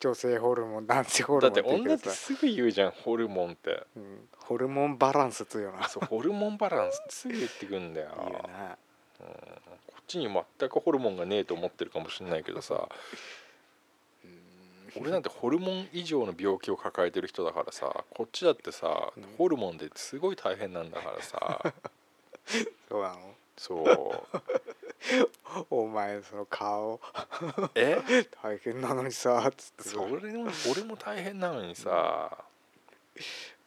S4: 女性ホルモン男性ホ
S3: うだ
S4: ル
S3: っ
S4: モン
S3: て女
S4: って言うけど
S3: って
S4: さ
S3: すぐ言うじゃんホルモンって
S4: うんホルモンバランスっつうよな
S3: そうホルモンバランスってすぐ言ってくんだよ
S4: 言うな
S3: こっちに全くホルモンがねえと思ってるかもしれないけどさ俺なんてホルモン以上の病気を抱えてる人だからさこっちだってさ
S4: うん
S3: ホルモンですごい大変なんだから さ
S4: そうなの
S3: そう
S4: お前その顔
S3: え
S4: 大変なのにさつって
S3: そ
S4: さ
S3: れも俺も大変なのにさ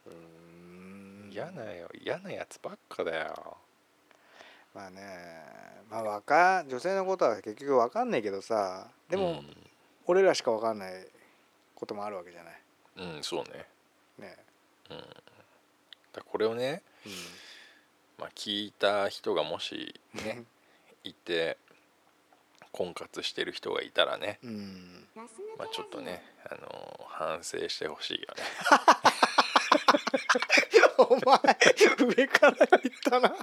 S4: うーん
S3: 嫌なよ嫌なやつばっかだよ
S4: まあねまあ若女性のことは結局わかんないけどさでも、俺らしかわかんないこともあるわけじゃない
S3: うん、うん、そうね
S4: ね
S3: だこれをね、まあ、聞いた人がもし
S4: ね
S3: いて婚活してる人がいたらね、
S4: うん
S3: まあ、ちょっとね、あのー反省してほしいよ ね
S4: お前上から言った な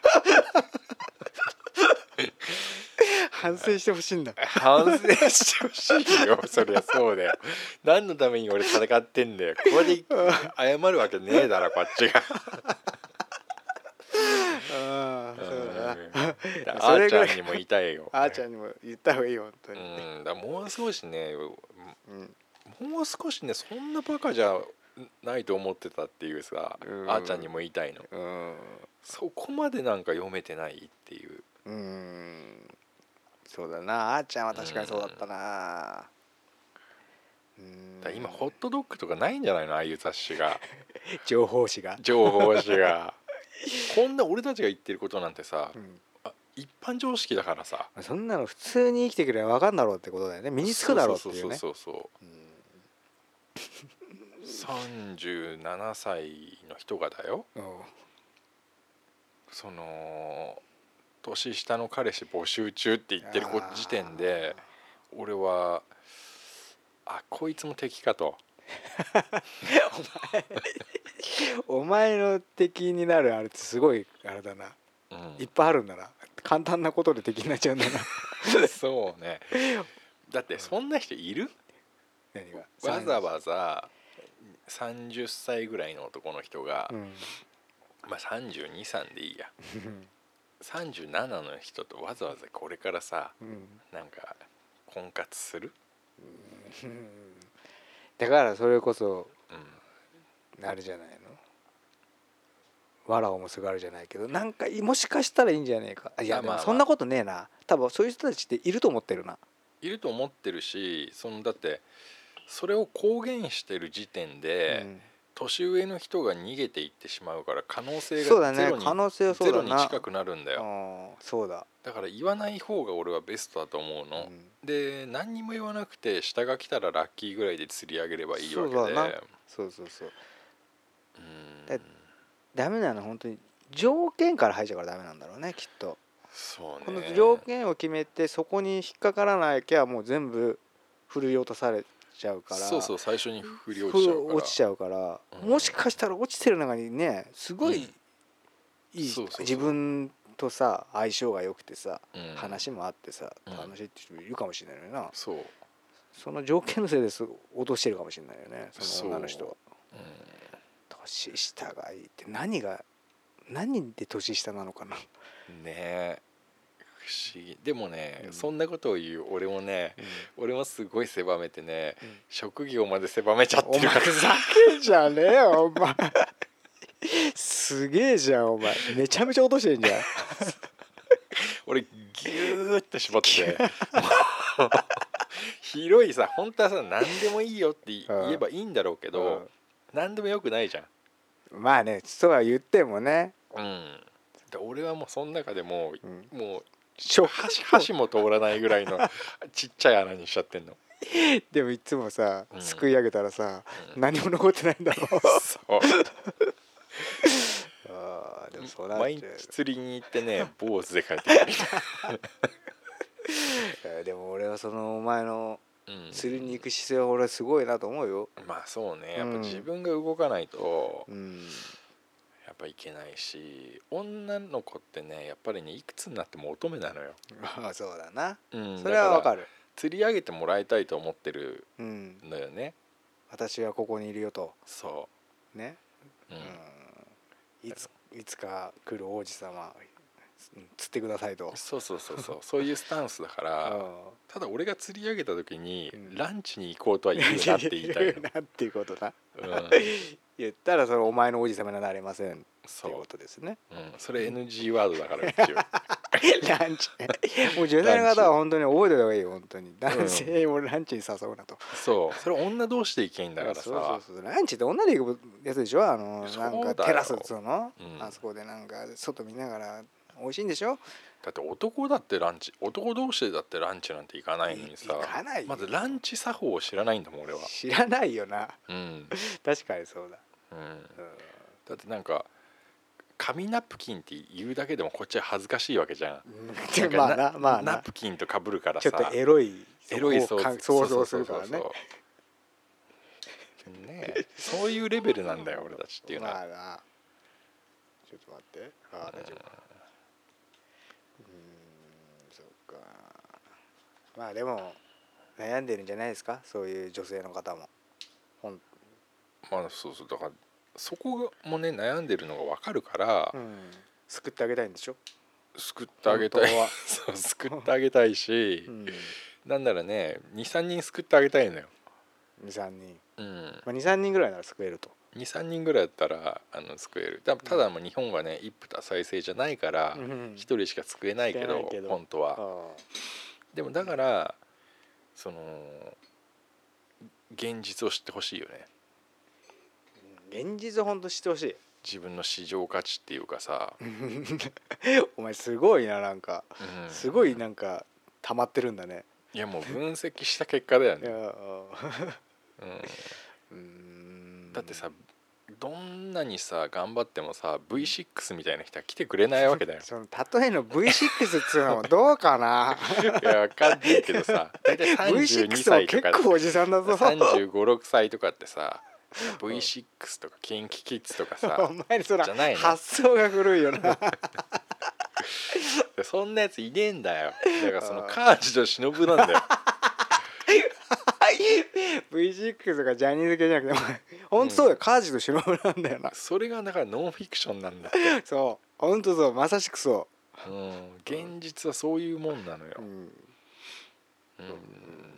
S4: 反省してほしいんだ
S3: 反省してほしいよ そりゃそうだよ何のために俺戦ってんだよここで謝るわけねえだろこっちが
S4: ああそうだな
S3: うんあ
S4: そ
S3: ー
S4: れ
S3: ち
S4: ぐ
S3: ゃ
S4: らい
S3: んにも言いたいよ
S4: あーちゃんにも言った方がいいよ本当に、
S3: うんだからもう少しね
S4: うん
S3: もう少しねそんなバカじゃないと思ってたっていうさ、
S4: うん
S3: あーちゃんにも言いたいの
S4: うん
S3: そこまでなんか読めてないっていう
S4: うんそうだなあーちゃんは確かにそうだったなうん
S3: だから今ホットドッグとかないんじゃないのああいう雑誌が
S4: 情報誌が、
S3: 情報誌 がこんな俺たちが言ってることなんてさ
S4: うん、
S3: あ一般常識だからさ
S4: そんなの普通に生きてくれば分かんだろうってことだよね身につくだろうっていうね
S3: そうそうそうそう37歳の人がだよ
S4: うんおう
S3: その年下の彼氏募集中って言ってるこ
S4: あー
S3: 時点で俺はあこいつも敵かと
S4: お前の敵になるあれってすごいあれだな
S3: う
S4: いっ
S3: ん、
S4: ぱいあるんだな簡単なことで敵になっちゃうんだ な
S3: そうねだってそんな人いる
S4: 何が
S3: わざわざ30歳ぐらいの男の人が、
S4: うん
S3: まあ323でいいや37の人とわざわざこれからさ
S4: うん
S3: なんか婚活する、
S4: だからそれこそ
S3: うん、
S4: あれじゃないのわらをもすがるじゃないけどなんかもしかしたらいいんじゃねえかあいや
S3: あ
S4: で
S3: まあ
S4: も
S3: まあ
S4: そんなことねえな多分そういう人たちっていると思ってるない
S3: ると思ってるしそのだってそれを公言してる時点で、
S4: うん
S3: 年上の人が逃げていってしまうから可能性
S4: そう
S3: が
S4: だ
S3: ゼ
S4: ね
S3: ロに,、
S4: 可能性はそ
S3: ゼ
S4: う
S3: ロ
S4: だ
S3: に
S4: な
S3: 近くなるんだよ
S4: うんそうだ
S3: だから言わない方が俺はベストだと思う
S4: う
S3: の、
S4: ん
S3: で何にも言わなくて下が来たらラッキーぐらいで釣り上げればいいわけ
S4: そう
S3: で
S4: だなそうそうそう
S3: う
S4: だ
S3: ん
S4: ダメなの本当に条件から入っちゃうからダメなんだろうねきっと
S3: そうね
S4: この条件を決めてそこに引っかからなきゃもう全部振り落とされちゃうから
S3: そうそう最初に振り落ちちゃうから
S4: 落ちちゃうから
S3: うん
S4: もしかしたら落ちてる中にねすご
S3: う
S4: い
S3: ん
S4: いい
S3: そうそうそう
S4: 自分とさ相性が良くてさ
S3: うん
S4: 話もあってさ
S3: うん
S4: 楽しいって人もいるかもしれないよな
S3: そう、うん、
S4: その条件のせいです落としてるかもしれないよねその女の人は
S3: そ。
S4: 年下がいいって何が何で年下なのかな
S3: ねえ不思議でもね、
S4: うん
S3: そんなことを言う俺もね俺もすごい狭めてね、
S4: うん
S3: 職業まで狭めちゃっ
S4: お
S3: てる
S4: 前
S3: から
S4: ふざけんじゃねえよお前すげえじゃんお前めちゃめちゃ落としてんじゃん
S3: 俺ギューって絞って 広いさ本当はさ何でもいいよって言
S4: うん
S3: えばいいんだろうけど、
S4: うん
S3: 何でもよくないじゃん、
S4: まあねそうは言ってもね、
S3: うん、で俺はもうその中でも
S4: う
S3: う、
S4: ん、
S3: もう
S4: しょ
S3: 箸箸も通らないぐらい のちっちゃい穴にしちゃってんの。
S4: でもいつもさ
S3: うん
S4: すくい上げたらさ、
S3: うん
S4: 何も残ってないんだろ う
S3: そう
S4: あーでもそうなっ
S3: 毎
S4: ち
S3: 日
S4: ゃう
S3: 釣りに行って ね坊主で帰ってくる、
S4: えーでも俺はそのお前の
S3: うん
S4: 釣りに行く姿勢は俺はすごいなと思うよ
S3: まあそうねやっ
S4: う
S3: ぱ
S4: ん
S3: 自分が動かないと
S4: うん
S3: やっぱいけないし女の子ってねやっぱりねいくつになっても乙女なのよ、
S4: まあそうだな
S3: うん、
S4: それはわ
S3: だら
S4: かる
S3: 釣り上げてもらいたいと思ってる
S4: うん
S3: のよね
S4: 私はここにいるよと
S3: そ
S4: ね
S3: う、うん
S4: うんいついつか来る王子様うん釣ってくださいと。
S3: そうそうそう そうそういうスタンスだから、ただ俺が釣り上げた時に、
S4: うん
S3: ランチに行こうとは言うなって言い たいの、
S4: なんていうことだ。
S3: うん、
S4: 言ったらそのお前の王子様にはなれませんっていう
S3: そ
S4: ことですね。
S3: う、うん、それ NG ワードだから一応
S4: ランチね。もう10代の方は本当に覚えておいた方がいいよ本当に。男性をランチに誘うなと。
S3: そうそれ女同士で行けんだからさ
S4: そうそうそうランチって女で行くやつでしょあの
S3: そうだ
S4: な
S3: よ
S4: んかテラスっつうの、
S3: うん
S4: あそこでなんか外見ながら美味しいんでしょ
S3: だって男だってランチ男同士でだってランチなんて行かないのにさ
S4: 行かないよ
S3: まずランチ作法を知らないんだもん俺は
S4: 知らないよな
S3: うん、うん、
S4: 確かにそうだ、うん
S3: だってなんか紙ナプキンって言うだけでもこっちは恥ずかしいわけじゃん
S4: で
S3: なんか
S4: まあなまあ
S3: ナ
S4: な
S3: プキンとかぶるから
S4: ちょ
S3: さ
S4: っとエロい
S3: エロい想
S4: そこをか想像するからね
S3: そうそうそうそうねえそういうレベルなんだよ俺たちっていうのは、
S4: まあなちょっと待ってああ大丈夫かうーんそっかまあでも悩んでるんじゃないですかそういう女性の方もほん
S3: まあそうそうだからそこもね悩んでるのが分かるから、
S4: うん救ってあげたいんでしょ
S3: 救ってあげたい
S4: 本当は
S3: そう救ってあげたいし、
S4: うん
S3: なんならね23人救ってあげたいのよ、
S4: 23人、
S3: うん、
S4: まあ、23人ぐらいなら救えると、
S3: 23人ぐらいだったらあの救えるたただもう日本がね一夫多妻制じゃないから
S4: う
S3: 一、
S4: ん
S3: 人しか救えないけ
S4: 救え
S3: ど
S4: ないけど
S3: 本当は
S4: あ
S3: でもだからその現実を知ってほしいよね
S4: 現実をほんと知ってほしい
S3: 自分の市場価値っていうかさ、
S4: お前すごいななんか
S3: うん
S4: すごいなんか溜まってるんだね、
S3: いやもう分析した結果だよ
S4: いや
S3: ね、 うん
S4: うん
S3: だってさどんなにさ頑張ってもさ V6 みたいな人は来てくれないわけだ よ
S4: その例えの V6 っつうのもどう かな
S3: いやわかんないけどさ大体32
S4: V6 も
S3: 歳とか
S4: 結構おじさんだ ぞ
S3: 3 5 6歳とかって さ V6 とか KinKiKids とかさ
S4: お前そら
S3: じゃないの
S4: 発想が古いよな
S3: そんなやついねえんだよだからそのカージと忍なんだよ
S4: V6 とかジャニーズ系じゃなくてお前ほんとそうだよ、カージと忍なんだよな
S3: それがだからノンフィクションなんだって、
S4: そうほんとそうまさしくそ
S3: うん、現実はそういうもんなのよ
S4: う、う、ん
S3: う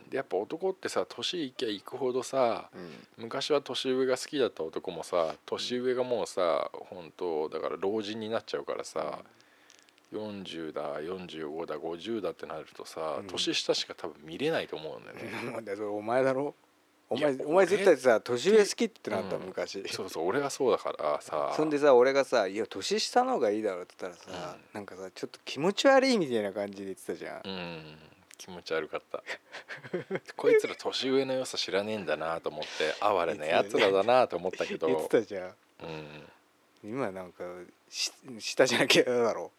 S3: ん、でやっぱ男ってさ年いきゃいくほどさ
S4: うん
S3: 昔は年上が好きだった男もさ年上がもうさ本当だから老人になっちゃうからさ、40だ45だ50だってなるとさ、
S4: うん
S3: 年下しか多分見れないと思うんだよね。
S4: なんだよそれお前だろお
S3: い
S4: 前
S3: や
S4: お前絶対さ年上好きってなった
S3: うん
S4: 昔、
S3: そうそう俺がそうだからさ
S4: そんでさ俺がさ「いや年下の方がいいだろ」って言ったらさ、
S3: うん
S4: なんかさちょっと気持ち悪いみたいな感じで言ってたじゃん、
S3: うん気持ち悪かったこいつら年上の良さ知らねえんだなと思って哀れなやつらだなと思ったけど、
S4: 言ってたじゃん
S3: うん、
S4: 今なんかし下じゃなきゃ嫌だろ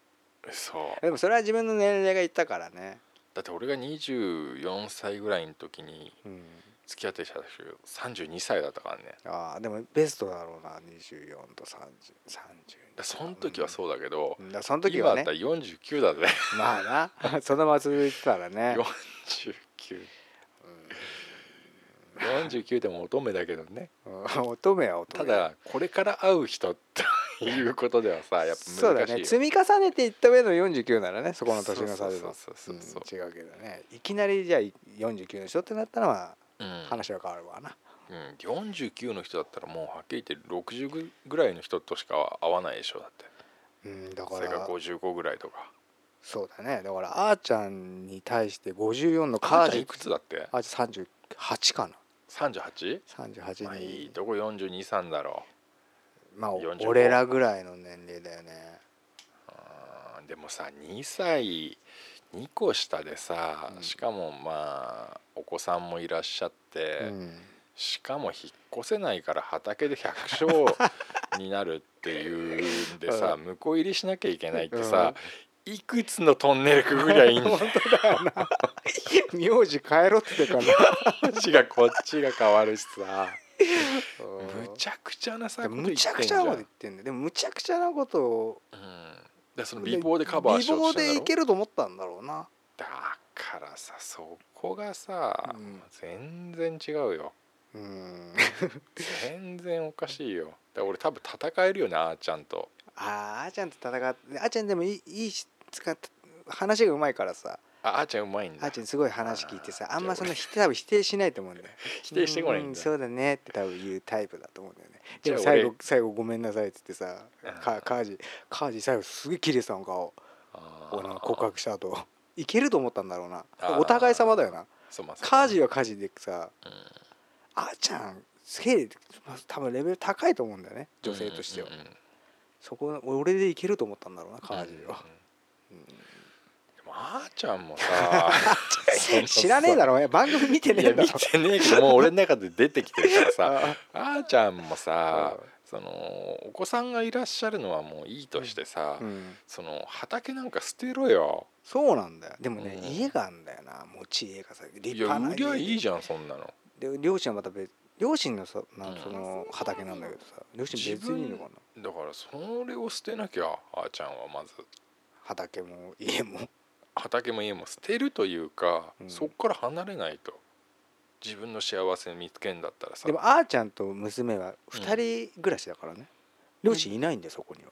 S3: そう
S4: でもそれは自分の年齢がいったからね、
S3: だって俺が24歳ぐらいの時に
S4: うん、
S3: 付き合ってきた時32歳だったからね
S4: ああでもベストだろうな24と3030
S3: だその時はそうだけど、
S4: だからその時
S3: 今だ
S4: はね
S3: ったら49だぜ
S4: まあな そのまま続いてた らね
S3: 4949でも乙女だけどね
S4: うん乙女は乙
S3: た
S4: 女
S3: だこれから会う人ということでは さやっ
S4: そ
S3: ぱ
S4: うだ
S3: 難しいよ
S4: ね積み重ねていった上の49ならねそこの年の差で
S3: そう
S4: も
S3: そうそうそう
S4: うん違うけどねいきなりじゃあ49の人ってなったらま
S3: うん
S4: あ話は変わるわな、
S3: うん、49の人だったらもうはっきり言って60ぐらいの人としか会わないでしょだって
S4: うん、だか
S3: それ
S4: ら
S3: が55ぐらいとか
S4: そうだねだからあーちゃんに対して54のカージ
S3: いくつだって
S4: あーちゃん38かな
S3: 38? まあ
S4: 38
S3: いい
S4: に
S3: とこ423だろ
S4: まあお
S3: 45
S4: 俺らぐらいの年齢だよね
S3: あーでもさ2歳2個下でさ、
S4: うん
S3: しかもまあお子さんもいらっしゃって、
S4: うん
S3: しかも引っ越せないから畑で百 姓になるっていうんでさ、
S4: う
S3: 向こう入りしなきゃいけないってさ、いくつのトンネルくぐりゃいいん だよ
S4: 名字変えろってかな
S3: こっちがこっちが変わるしさむ
S4: う
S3: ちゃくちゃなさ
S4: ん
S3: こと言って
S4: む
S3: んじ
S4: ち
S3: ゃ
S4: ゃ
S3: ん
S4: くちゃなこと言ってんだよでもむちゃくちゃなことを
S3: うんでその美貌でカバーしようとしてんだろ
S4: 美貌でいけると思ったんだろうな
S3: だからさそこがさ、
S4: うん
S3: 全然違うよ
S4: うん
S3: 全然おかしいよだから俺多分戦えるよねあーちゃんと
S4: あーあーちゃんと戦ってあーちゃんでもいいいいし使った話がうまいからさ
S3: ああーちゃんうまいん
S4: あ
S3: だ
S4: ーちゃんすごい話聞いてさ
S3: あー
S4: あんまそのひ多分否定しないと思うんだよ
S3: 否定してこない
S4: うんん
S3: だ
S4: そうだねって多分言うタイプだと思うんだよねでも
S3: じゃあ
S4: 最
S3: 俺
S4: 後最後ごめんなさいっつってさ
S3: うん
S4: かカージカージ最後すげえ綺麗さの顔
S3: あー
S4: 俺の告白した後いけると思ったんだろうな
S3: あー
S4: お互い様だよな
S3: そうまあそう
S4: カージはカージでさ
S3: うん
S4: あーちゃんすげえまあ多分レベル高いと思うんだよね女性としては
S3: うんうんうんうん
S4: そこ俺でいけると思ったんだろうなカージは
S3: うんうんでもあーちゃんもさそんなさ
S4: 知らねえだろお前番 組見てね
S3: い
S4: え
S3: や
S4: だろ
S3: 見てねえけどもう俺の中で出てきてるからさ
S4: あ
S3: あーちゃんもさ
S4: うん
S3: そのお子さんがいらっしゃるのはもういいとしてさ、
S4: ーうん
S3: その畑なんか捨てろよ
S4: そうなんだよでもね、
S3: うん
S4: 家があんだよな持ち家がさ立
S3: いや
S4: 派な
S3: 売りゃいい
S4: ゃ
S3: じゃんそんなの
S4: んで両親はまた別両親のさな
S3: うん
S4: その畑なんだけどさ両親別にいいのかな
S3: だからそれを捨てなきゃあーちゃんはまず
S4: 畑も家も
S3: 畑も家も捨てるというか、
S4: うん
S3: そっから離れないと自分の幸せ見つけんだったらさ
S4: でもあーちゃんと娘は2人暮らしだからね、両親いないんだよそこには、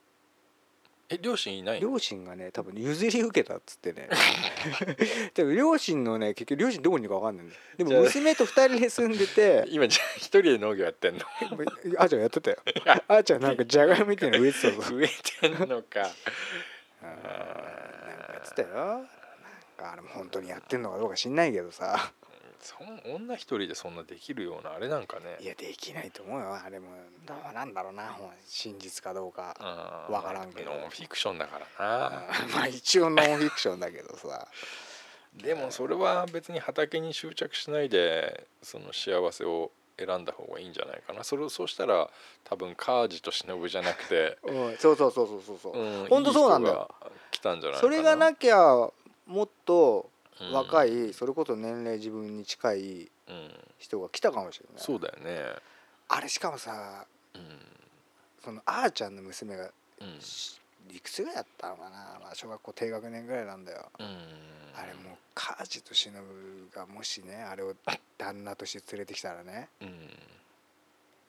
S3: え両親いないの
S4: 両親がね多分譲り受けたっつ ってねでも両親のね結局両親どこにいるか分かんないんだよで
S3: じゃ
S4: も
S3: あ
S4: 娘と2人で住んでて
S3: 今じゃあ一人で農業やってんの
S4: あーちゃんやってたよあーちゃんなんかじゃがいもみたいなの植えてたぞ
S3: 植えてんのか
S4: うんなんかやってたよなんかあれも本当にやってんのかどうか知んないけどさ
S3: そん女一人でそんなできるようなあれなんかね
S4: いやできないと思うよあれもどうなんだろうなほん真実かどうか
S3: わ
S4: わからんけど
S3: ノンフィクションだから
S4: うん
S3: な、
S4: まあ一応ノンフィクションだけど さ、
S3: でもそれは別に畑に執着しないでその幸せを選んだ方がいいんじゃないかなそれをそうしたら多分カージと忍じゃなくて
S4: うんそうそうそうそうそうそう
S3: うん、
S4: ほんとそうなんだよ
S3: いい人が来たんじゃないかな
S4: それがなきゃもっと
S3: うん
S4: 若い、それこそ年齢自分に近い
S3: うん
S4: 人が来たかもしれない
S3: そうだよね
S4: あれしかもさ
S3: うん
S4: そのあーちゃんの娘が
S3: うん
S4: しいくつぐらいだったのかな、まあ、小学校低学年ぐらいなんだよ
S3: うん
S4: あれもうカージと忍がもしねあ れを旦那として連れてきたらね
S3: うん、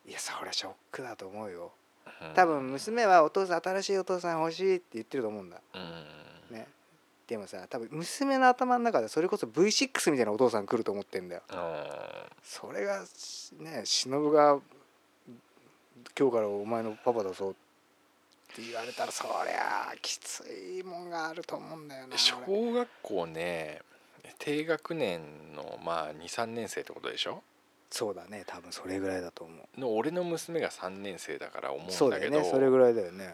S4: いやそりゃショックだと思うよ
S3: うん
S4: 多分娘はお父さん新しいお父さん欲しいって言ってると思うんだ
S3: うん
S4: ねでもさ多分娘の頭の中でそれこそ V6 みたいなお父さん来ると思ってんだよ
S3: あ
S4: それがね忍が今日からお前のパパだぞって言われたらそりゃあきついもんがあると思うんだよ
S3: ー
S4: な俺
S3: 小学校ね低学年のまあ23年生ってことでしょ
S4: そうだね多分それぐらいだと思う
S3: の俺の娘が3年生だから思うんだけど
S4: そうだよねそれぐらいだよね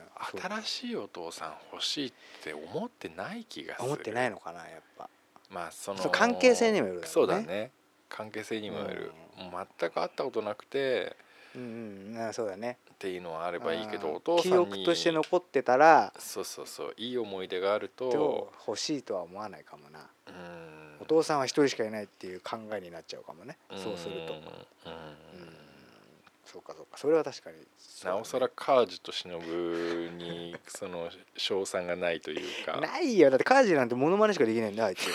S3: 新しいお父さん欲しいって思ってない気がする
S4: 思ってないのかなやっぱ
S3: まあその
S4: そう関係性にもよるだろうね
S3: そうだね関係性にもよる、もう全く会ったことなくて
S4: うんうんあそうだね
S3: っていうのはあればいいけ
S4: あ
S3: ど
S4: ー
S3: お父さんに
S4: 記憶として残ってたら
S3: そうそうそういい思い出がある
S4: でも
S3: と
S4: 欲しいとは思わないかもな
S3: う
S4: お
S3: ん
S4: 父さんは一人しかいないっていう考えになっちゃうかもねそうすると
S3: うん
S4: うんそうかそうかそれは確かにそうだね
S3: なおさらカージと忍にその賞賛がないというか
S4: ないよだってカージなんてモノマネしかできないんだあい つ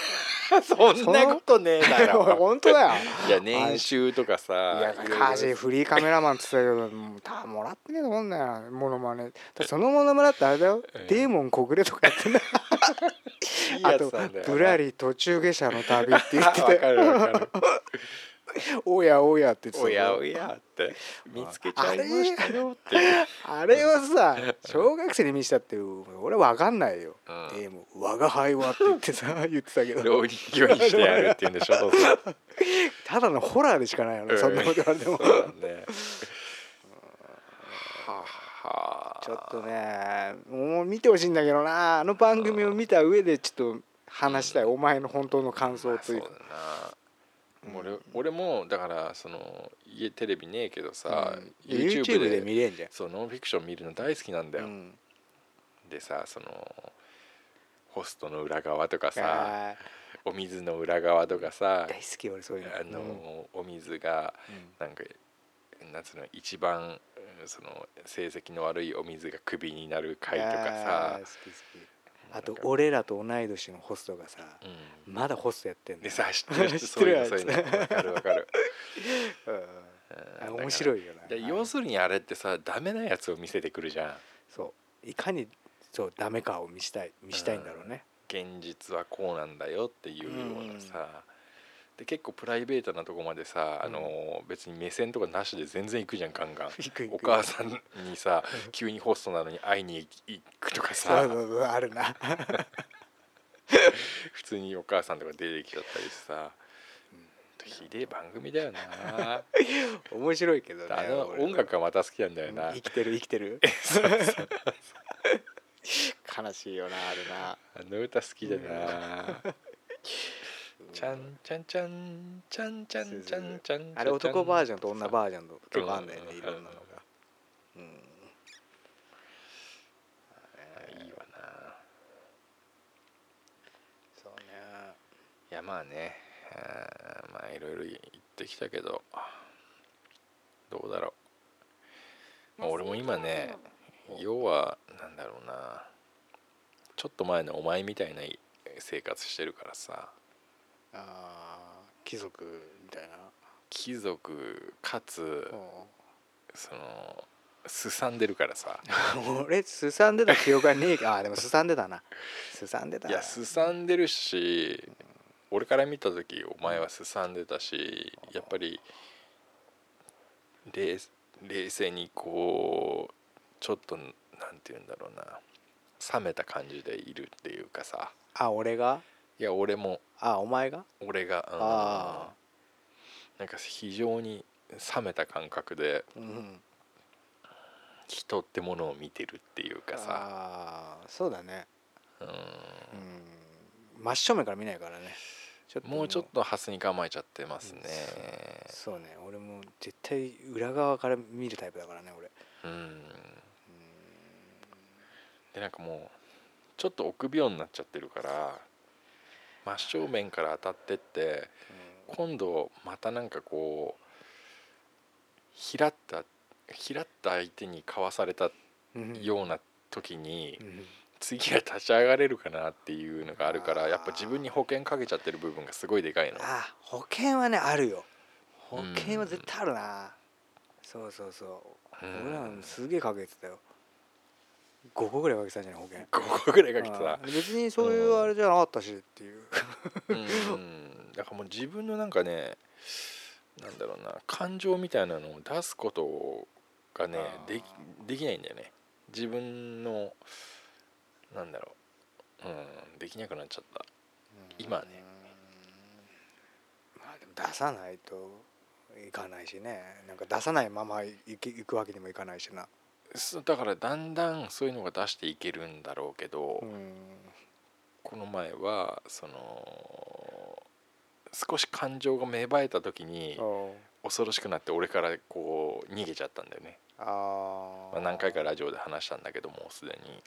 S3: そんなことねえだ ろ
S4: 本当だよ
S3: いや年収とかさ
S4: いや
S3: いろいろ
S4: カージフリーカメラマンっつってたけどもうたもらってねえと思うんだよモノマネだってそのモノマネだってあれだよ
S3: ええ
S4: デーモン小暮とかやってんだよ
S3: いい
S4: あ
S3: や
S4: と
S3: つなんだよ
S4: 「ぶらり途中下車の旅」って言
S3: あ
S4: って
S3: わ
S4: て
S3: かるわかる
S4: 「おやおや」って言ってた
S3: おやおやって見つけちゃいましたよっていう
S4: あれはさ 小学生に見せたって俺わかんないよ、
S3: うん
S4: でも「我が輩は」って言ってさ 言ってたけど
S3: 浪人際にしてやるっていうんでしょどうせ
S4: ただのホラーでしかないよねそんなこと言われても
S3: そうだ ねはあはあ
S4: ちょっとねもう見てほしいんだけどなあの番組を見た上でちょっと話したいお前の本当の感想というか
S3: まあそうだな俺俺もだからその家テレビねえけどさ、
S4: うんで YouTube で見れんじゃん
S3: そうノンフィクション見るの大好きなんだよ、
S4: うん
S3: でさそのホストの裏側とかさ
S4: あー
S3: お水の裏側とかさ
S4: 大好き俺そういうの
S3: あ
S4: うん
S3: の、お水がなんか夏の一番うんその成績の悪いお水がクビになる回とか
S4: あ
S3: さ
S4: ー好き好きあと俺らと同い年のホストがさ
S3: うん
S4: まだホストやってんだ
S3: で
S4: よ
S3: さ知ってる人
S4: 知っ
S3: そ
S4: て
S3: うい
S4: る
S3: うの
S4: やつ
S3: そういうの分かる分かる
S4: うんあ面
S3: い
S4: 白いよな
S3: で要するにあれってさダメなやつを見せてくるじゃん
S4: そういかにそうダメかを見したい見したいんだろうね、
S3: 現実はこうなんだよっていうようなさ、で結構プライベートなとこまでさ、あの別に目線とかなしで全然行くじゃんガンガン
S4: 行く行く
S3: お母さんにさ急にホストなのに会いに行くとか
S4: そう
S3: さ
S4: そうそうあるな
S3: 普通にお母さんとか出てきちゃったりさひでえ番組だよ な
S4: 面白いけどね
S3: あの
S4: 俺
S3: 音楽がまた好きなんだよな
S4: 生きてる生きてる 悲しいよなあれな
S3: あの歌好きだな。 ちゃんちゃんちゃんちゃんちゃんちゃんちゃん。
S4: あれ男バージョンと女
S3: ー
S4: バージョンと結構あんだよね
S3: うん
S4: いろんなのがうん
S3: ジョン。いいわな。
S4: そうね
S3: いやまあね、あーまあいろいろ言ってきたけど、どうだろう。まあ、俺も今ね、要はなんだろうな。ちょっと前のお前みたいな生活してるからさ、
S4: あー貴族みたいな
S3: 貴族かつ
S4: う
S3: そのすさんでるからさ。
S4: ん俺すさんでた記憶がねえかあーでもすさんでたなすさんでた
S3: いやすさんでるし俺から見た時お前はすさんでたしやっぱり冷冷静にこうちょっとなんて言うんだろうな冷めた感じでいるっていうかさ
S4: あ俺が
S3: いや俺も
S4: あお前が
S3: 俺がうん
S4: あ
S3: なんか非常に冷めた感覚で
S4: うん
S3: 人ってものを見てるっていうかさ
S4: あーそうだね
S3: うん
S4: うん真正面から見ないからねちょっ
S3: もうちょっとハスに構えちゃってますね。
S4: そうね俺も絶対裏側から見るタイプだからね俺
S3: うんでなんかもうちょっと臆病になっちゃってるから真正面から当たってって今度またなんかこうひらったひらった相手にかわされた
S4: うん
S3: ような時に
S4: うん
S3: 次は立ち上がれるかなっていうのがあるから
S4: あー
S3: やっぱ自分に保険かけちゃってる部分がすごいでかいの。
S4: あ保険はねあるよ保険は絶対あるな、そうそうそ
S3: う
S4: う、
S3: ん
S4: 俺らのすげえかけてたよ5個ぐらいかけてたんじゃない保険
S3: 5個ぐらいかけて
S4: あ
S3: た
S4: ー別にそういうあれじゃなかったしっていう
S3: うんだからもう自分のなんかねなんだろうな感情みたいなのを出すことがね
S4: あー
S3: できできないんだよね自分のなんだろううんできなくなっちゃった今はね
S4: まあでも出さないといかないしねなんか出さないまま行き行くわけにもいかないしな
S3: そうだからだんだんそういうのが出していけるんだろうけど、
S4: うん
S3: この前はその少し感情が芽生えた時に
S4: おう
S3: 恐ろしくなって俺からこう逃げちゃったんだよね、
S4: あー
S3: まあ、何回かラジオで話したんだけどもうすでに。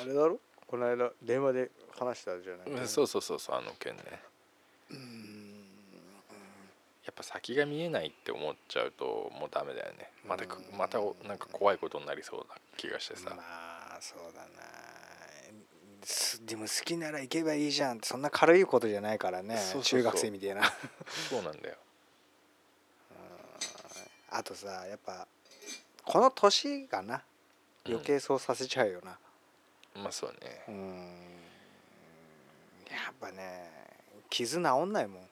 S4: あれだろこの間電話で話したじゃない
S3: うんそうそうそうそうあの件ね
S4: うん
S3: やっぱ先が見えないって思っちゃうともうダメだよねまたく
S4: うん
S3: またおなんか怖いことになりそうな気がしてさ、
S4: まあそうだなすでも好きなら行けばいいじゃんってそんな軽いことじゃないからね
S3: そうそうそう
S4: 中学生みたいな
S3: そうなんだよ
S4: あとさやっぱこの年がな余計そうさせちゃうよな
S3: まあそうね
S4: うんやっぱね傷治んないもん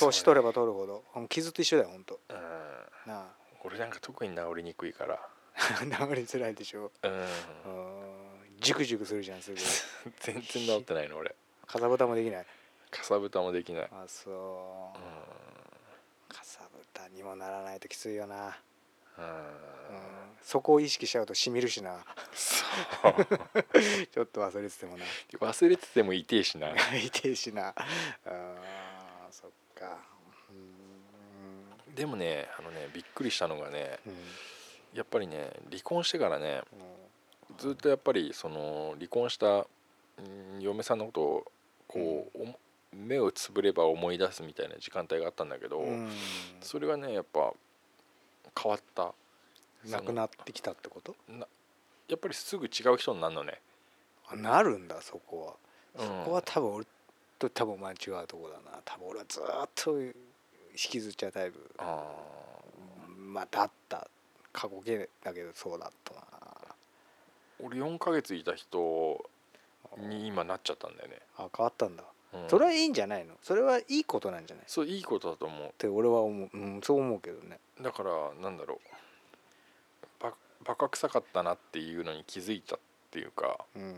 S4: 年取れば取るほどうん傷と一緒だよほんと
S3: れ、うん
S4: な
S3: 俺なんか特に治りにくいから
S4: あ 治りづらいでしょ
S3: うん
S4: うんジュクジュクするじゃんすぐ
S3: 全然治ってないの俺
S4: かさぶたもできない
S3: かさぶたもできない、
S4: あそううんかさぶたにもならないときついよな、うん
S3: うん、
S4: そこを意識しちゃうとしみるしな
S3: そう
S4: ちょっと忘れててもな
S3: 忘れてても痛えしな
S4: 痛いしなあーそっかう
S3: でもねあのねびっくりしたのがね
S4: ーんうん
S3: やっぱりね離婚してからね
S4: も
S3: ずっとやっぱりその離婚したうん嫁さんのことをこう、お目をつぶれば思い出すみたいな時間帯があったんだけど、
S4: ううん
S3: それがねやっぱ変わった
S4: なくなってきたってこと
S3: なやっぱりすぐ違う人になるのね
S4: あなるんだそこは、
S3: うん
S4: そこは多分俺と多分お前違うとこだな多分俺はずーっと引きずっちゃうタイプ
S3: あ
S4: まあだった過去形だけどそうだったな
S3: ー俺4ヶ月いた人に今なっちゃったんだよね、
S4: あ変わったんだ、
S3: うん
S4: それはいいんじゃないのそれはいいことなんじゃないっ
S3: そういいことだと思
S4: て俺は思う、うん、そう思うけどね
S3: うだからなんだろうババカ臭かったなっていうのに気づいたっていうか
S4: うん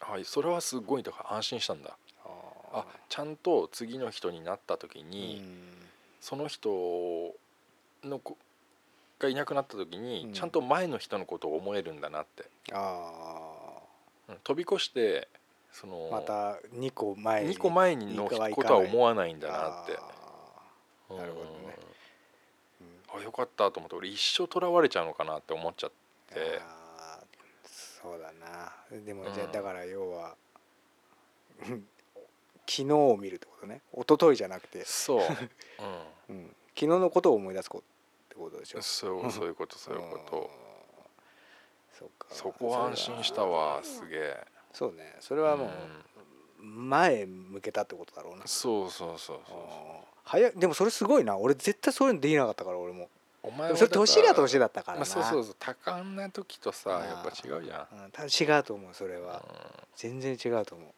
S3: はいそれはすごいだから安心したんだ
S4: あ
S3: あちゃんと次の人になった時に、その人のこがいなくなった時に、
S4: うん
S3: ちゃんと前の人のことを思えるんだなって、
S4: あ
S3: うん飛び越してその
S4: ーまた2個前
S3: 2個前の
S4: 二個はいかない
S3: ことは思わないんだなって
S4: あ
S3: うん
S4: なるほどね
S3: あよかったと思って俺一生とらわれちゃうのかなって思っちゃっ
S4: ー
S3: て
S4: あーそうだなでも
S3: うん
S4: じゃあだから要は、 うん昨日を見るってことね一昨日じゃなくて、
S3: そう、
S4: うん、昨日のことを思い出すことってことでし
S3: う
S4: ょ
S3: ん、そうそういうことそういうこと
S4: うんそうか
S3: そこは安心したわすげえ
S4: そうねそれはもう前向けたってことだろうな、
S3: うんそうそうそうそう
S4: あー早いでもそれすごいな俺絶対そういうのできなかったから俺も
S3: お
S4: で
S3: 前
S4: も
S3: は
S4: それ年が年
S3: だ
S4: だった
S3: か
S4: か
S3: ら
S4: ら
S3: ま
S4: な、
S3: あそうそう
S4: う、
S3: そう多感な時とさ
S4: あー
S3: やっぱ違うじゃん
S4: ん、多分違うと思うそれは
S3: うん
S4: 全然違うと思う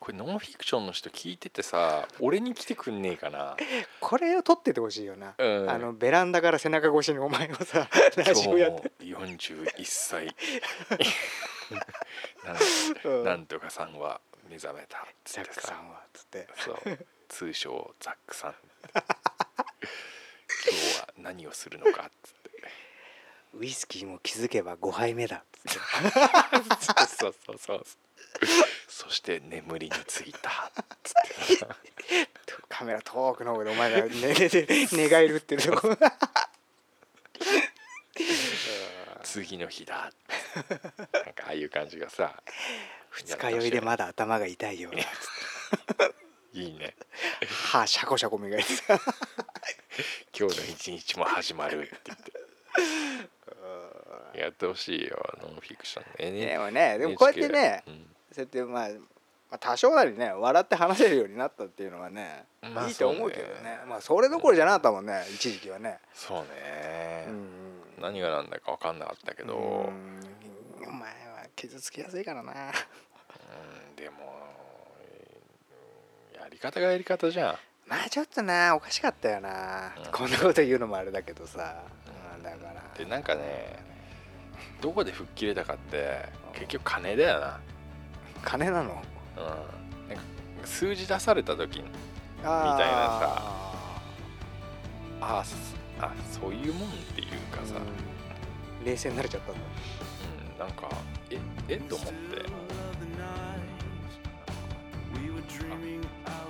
S3: これノンフィクションの人聞いててさ俺に来てくんねえかな
S4: これを撮っててほしいよな、
S3: うん
S4: あのベランダから背中越しにお 前をさ ラ
S3: 今日
S4: ジオやっ
S3: も
S4: て
S3: 41歳
S4: う
S3: なんんなんとかさんは目覚めたっつ
S4: ザ
S3: っ
S4: ッ
S3: て
S4: クさ
S3: さ
S4: んはつって
S3: そう通称ザックさん 今日は何をするのかっつって
S4: ウイスキーも気づけば5杯目だっつって
S3: そうそうそうそうそして眠りについた
S4: カメラ遠くの方でお前が寝てて寝返るってるとこうん
S3: 次の日だ なんかああいう感じがさ
S4: 二日酔いでまだ頭が痛いようだっつって
S3: いいね
S4: 歯シャコシャコ磨いてさ
S3: 今日の一日も始まるって言ってやってほしいよノンフィクション
S4: で
S3: ね
S4: もねでもこうやってね、そうやってまあ、まあ、多少なりね笑って話せるようになったっていうのはね、
S3: まあ
S4: いいと思うけど
S3: そう
S4: ね
S3: ね
S4: まあそれどころじゃなかったもんね、一時期はね、
S3: そうね、
S4: うん
S3: 何がなんだか分かんなかったけど、
S4: う
S3: うん、
S4: お前は傷つきやすいからなん
S3: でもうんやり方がやり方じゃん
S4: まあちょっとなおかしかったよな、
S3: うん
S4: こんなこと言うのもあれだけどさ、
S3: うん
S4: だから
S3: でなんかねどこで吹っ切れたかって結局金だよな
S4: 金なの
S3: うんなんか数字出された時に
S4: みたい
S3: なさああそあそういうもんっていうかさ、う
S4: 冷静になれちゃったんだ
S3: ん、なんかええと思って
S2: あ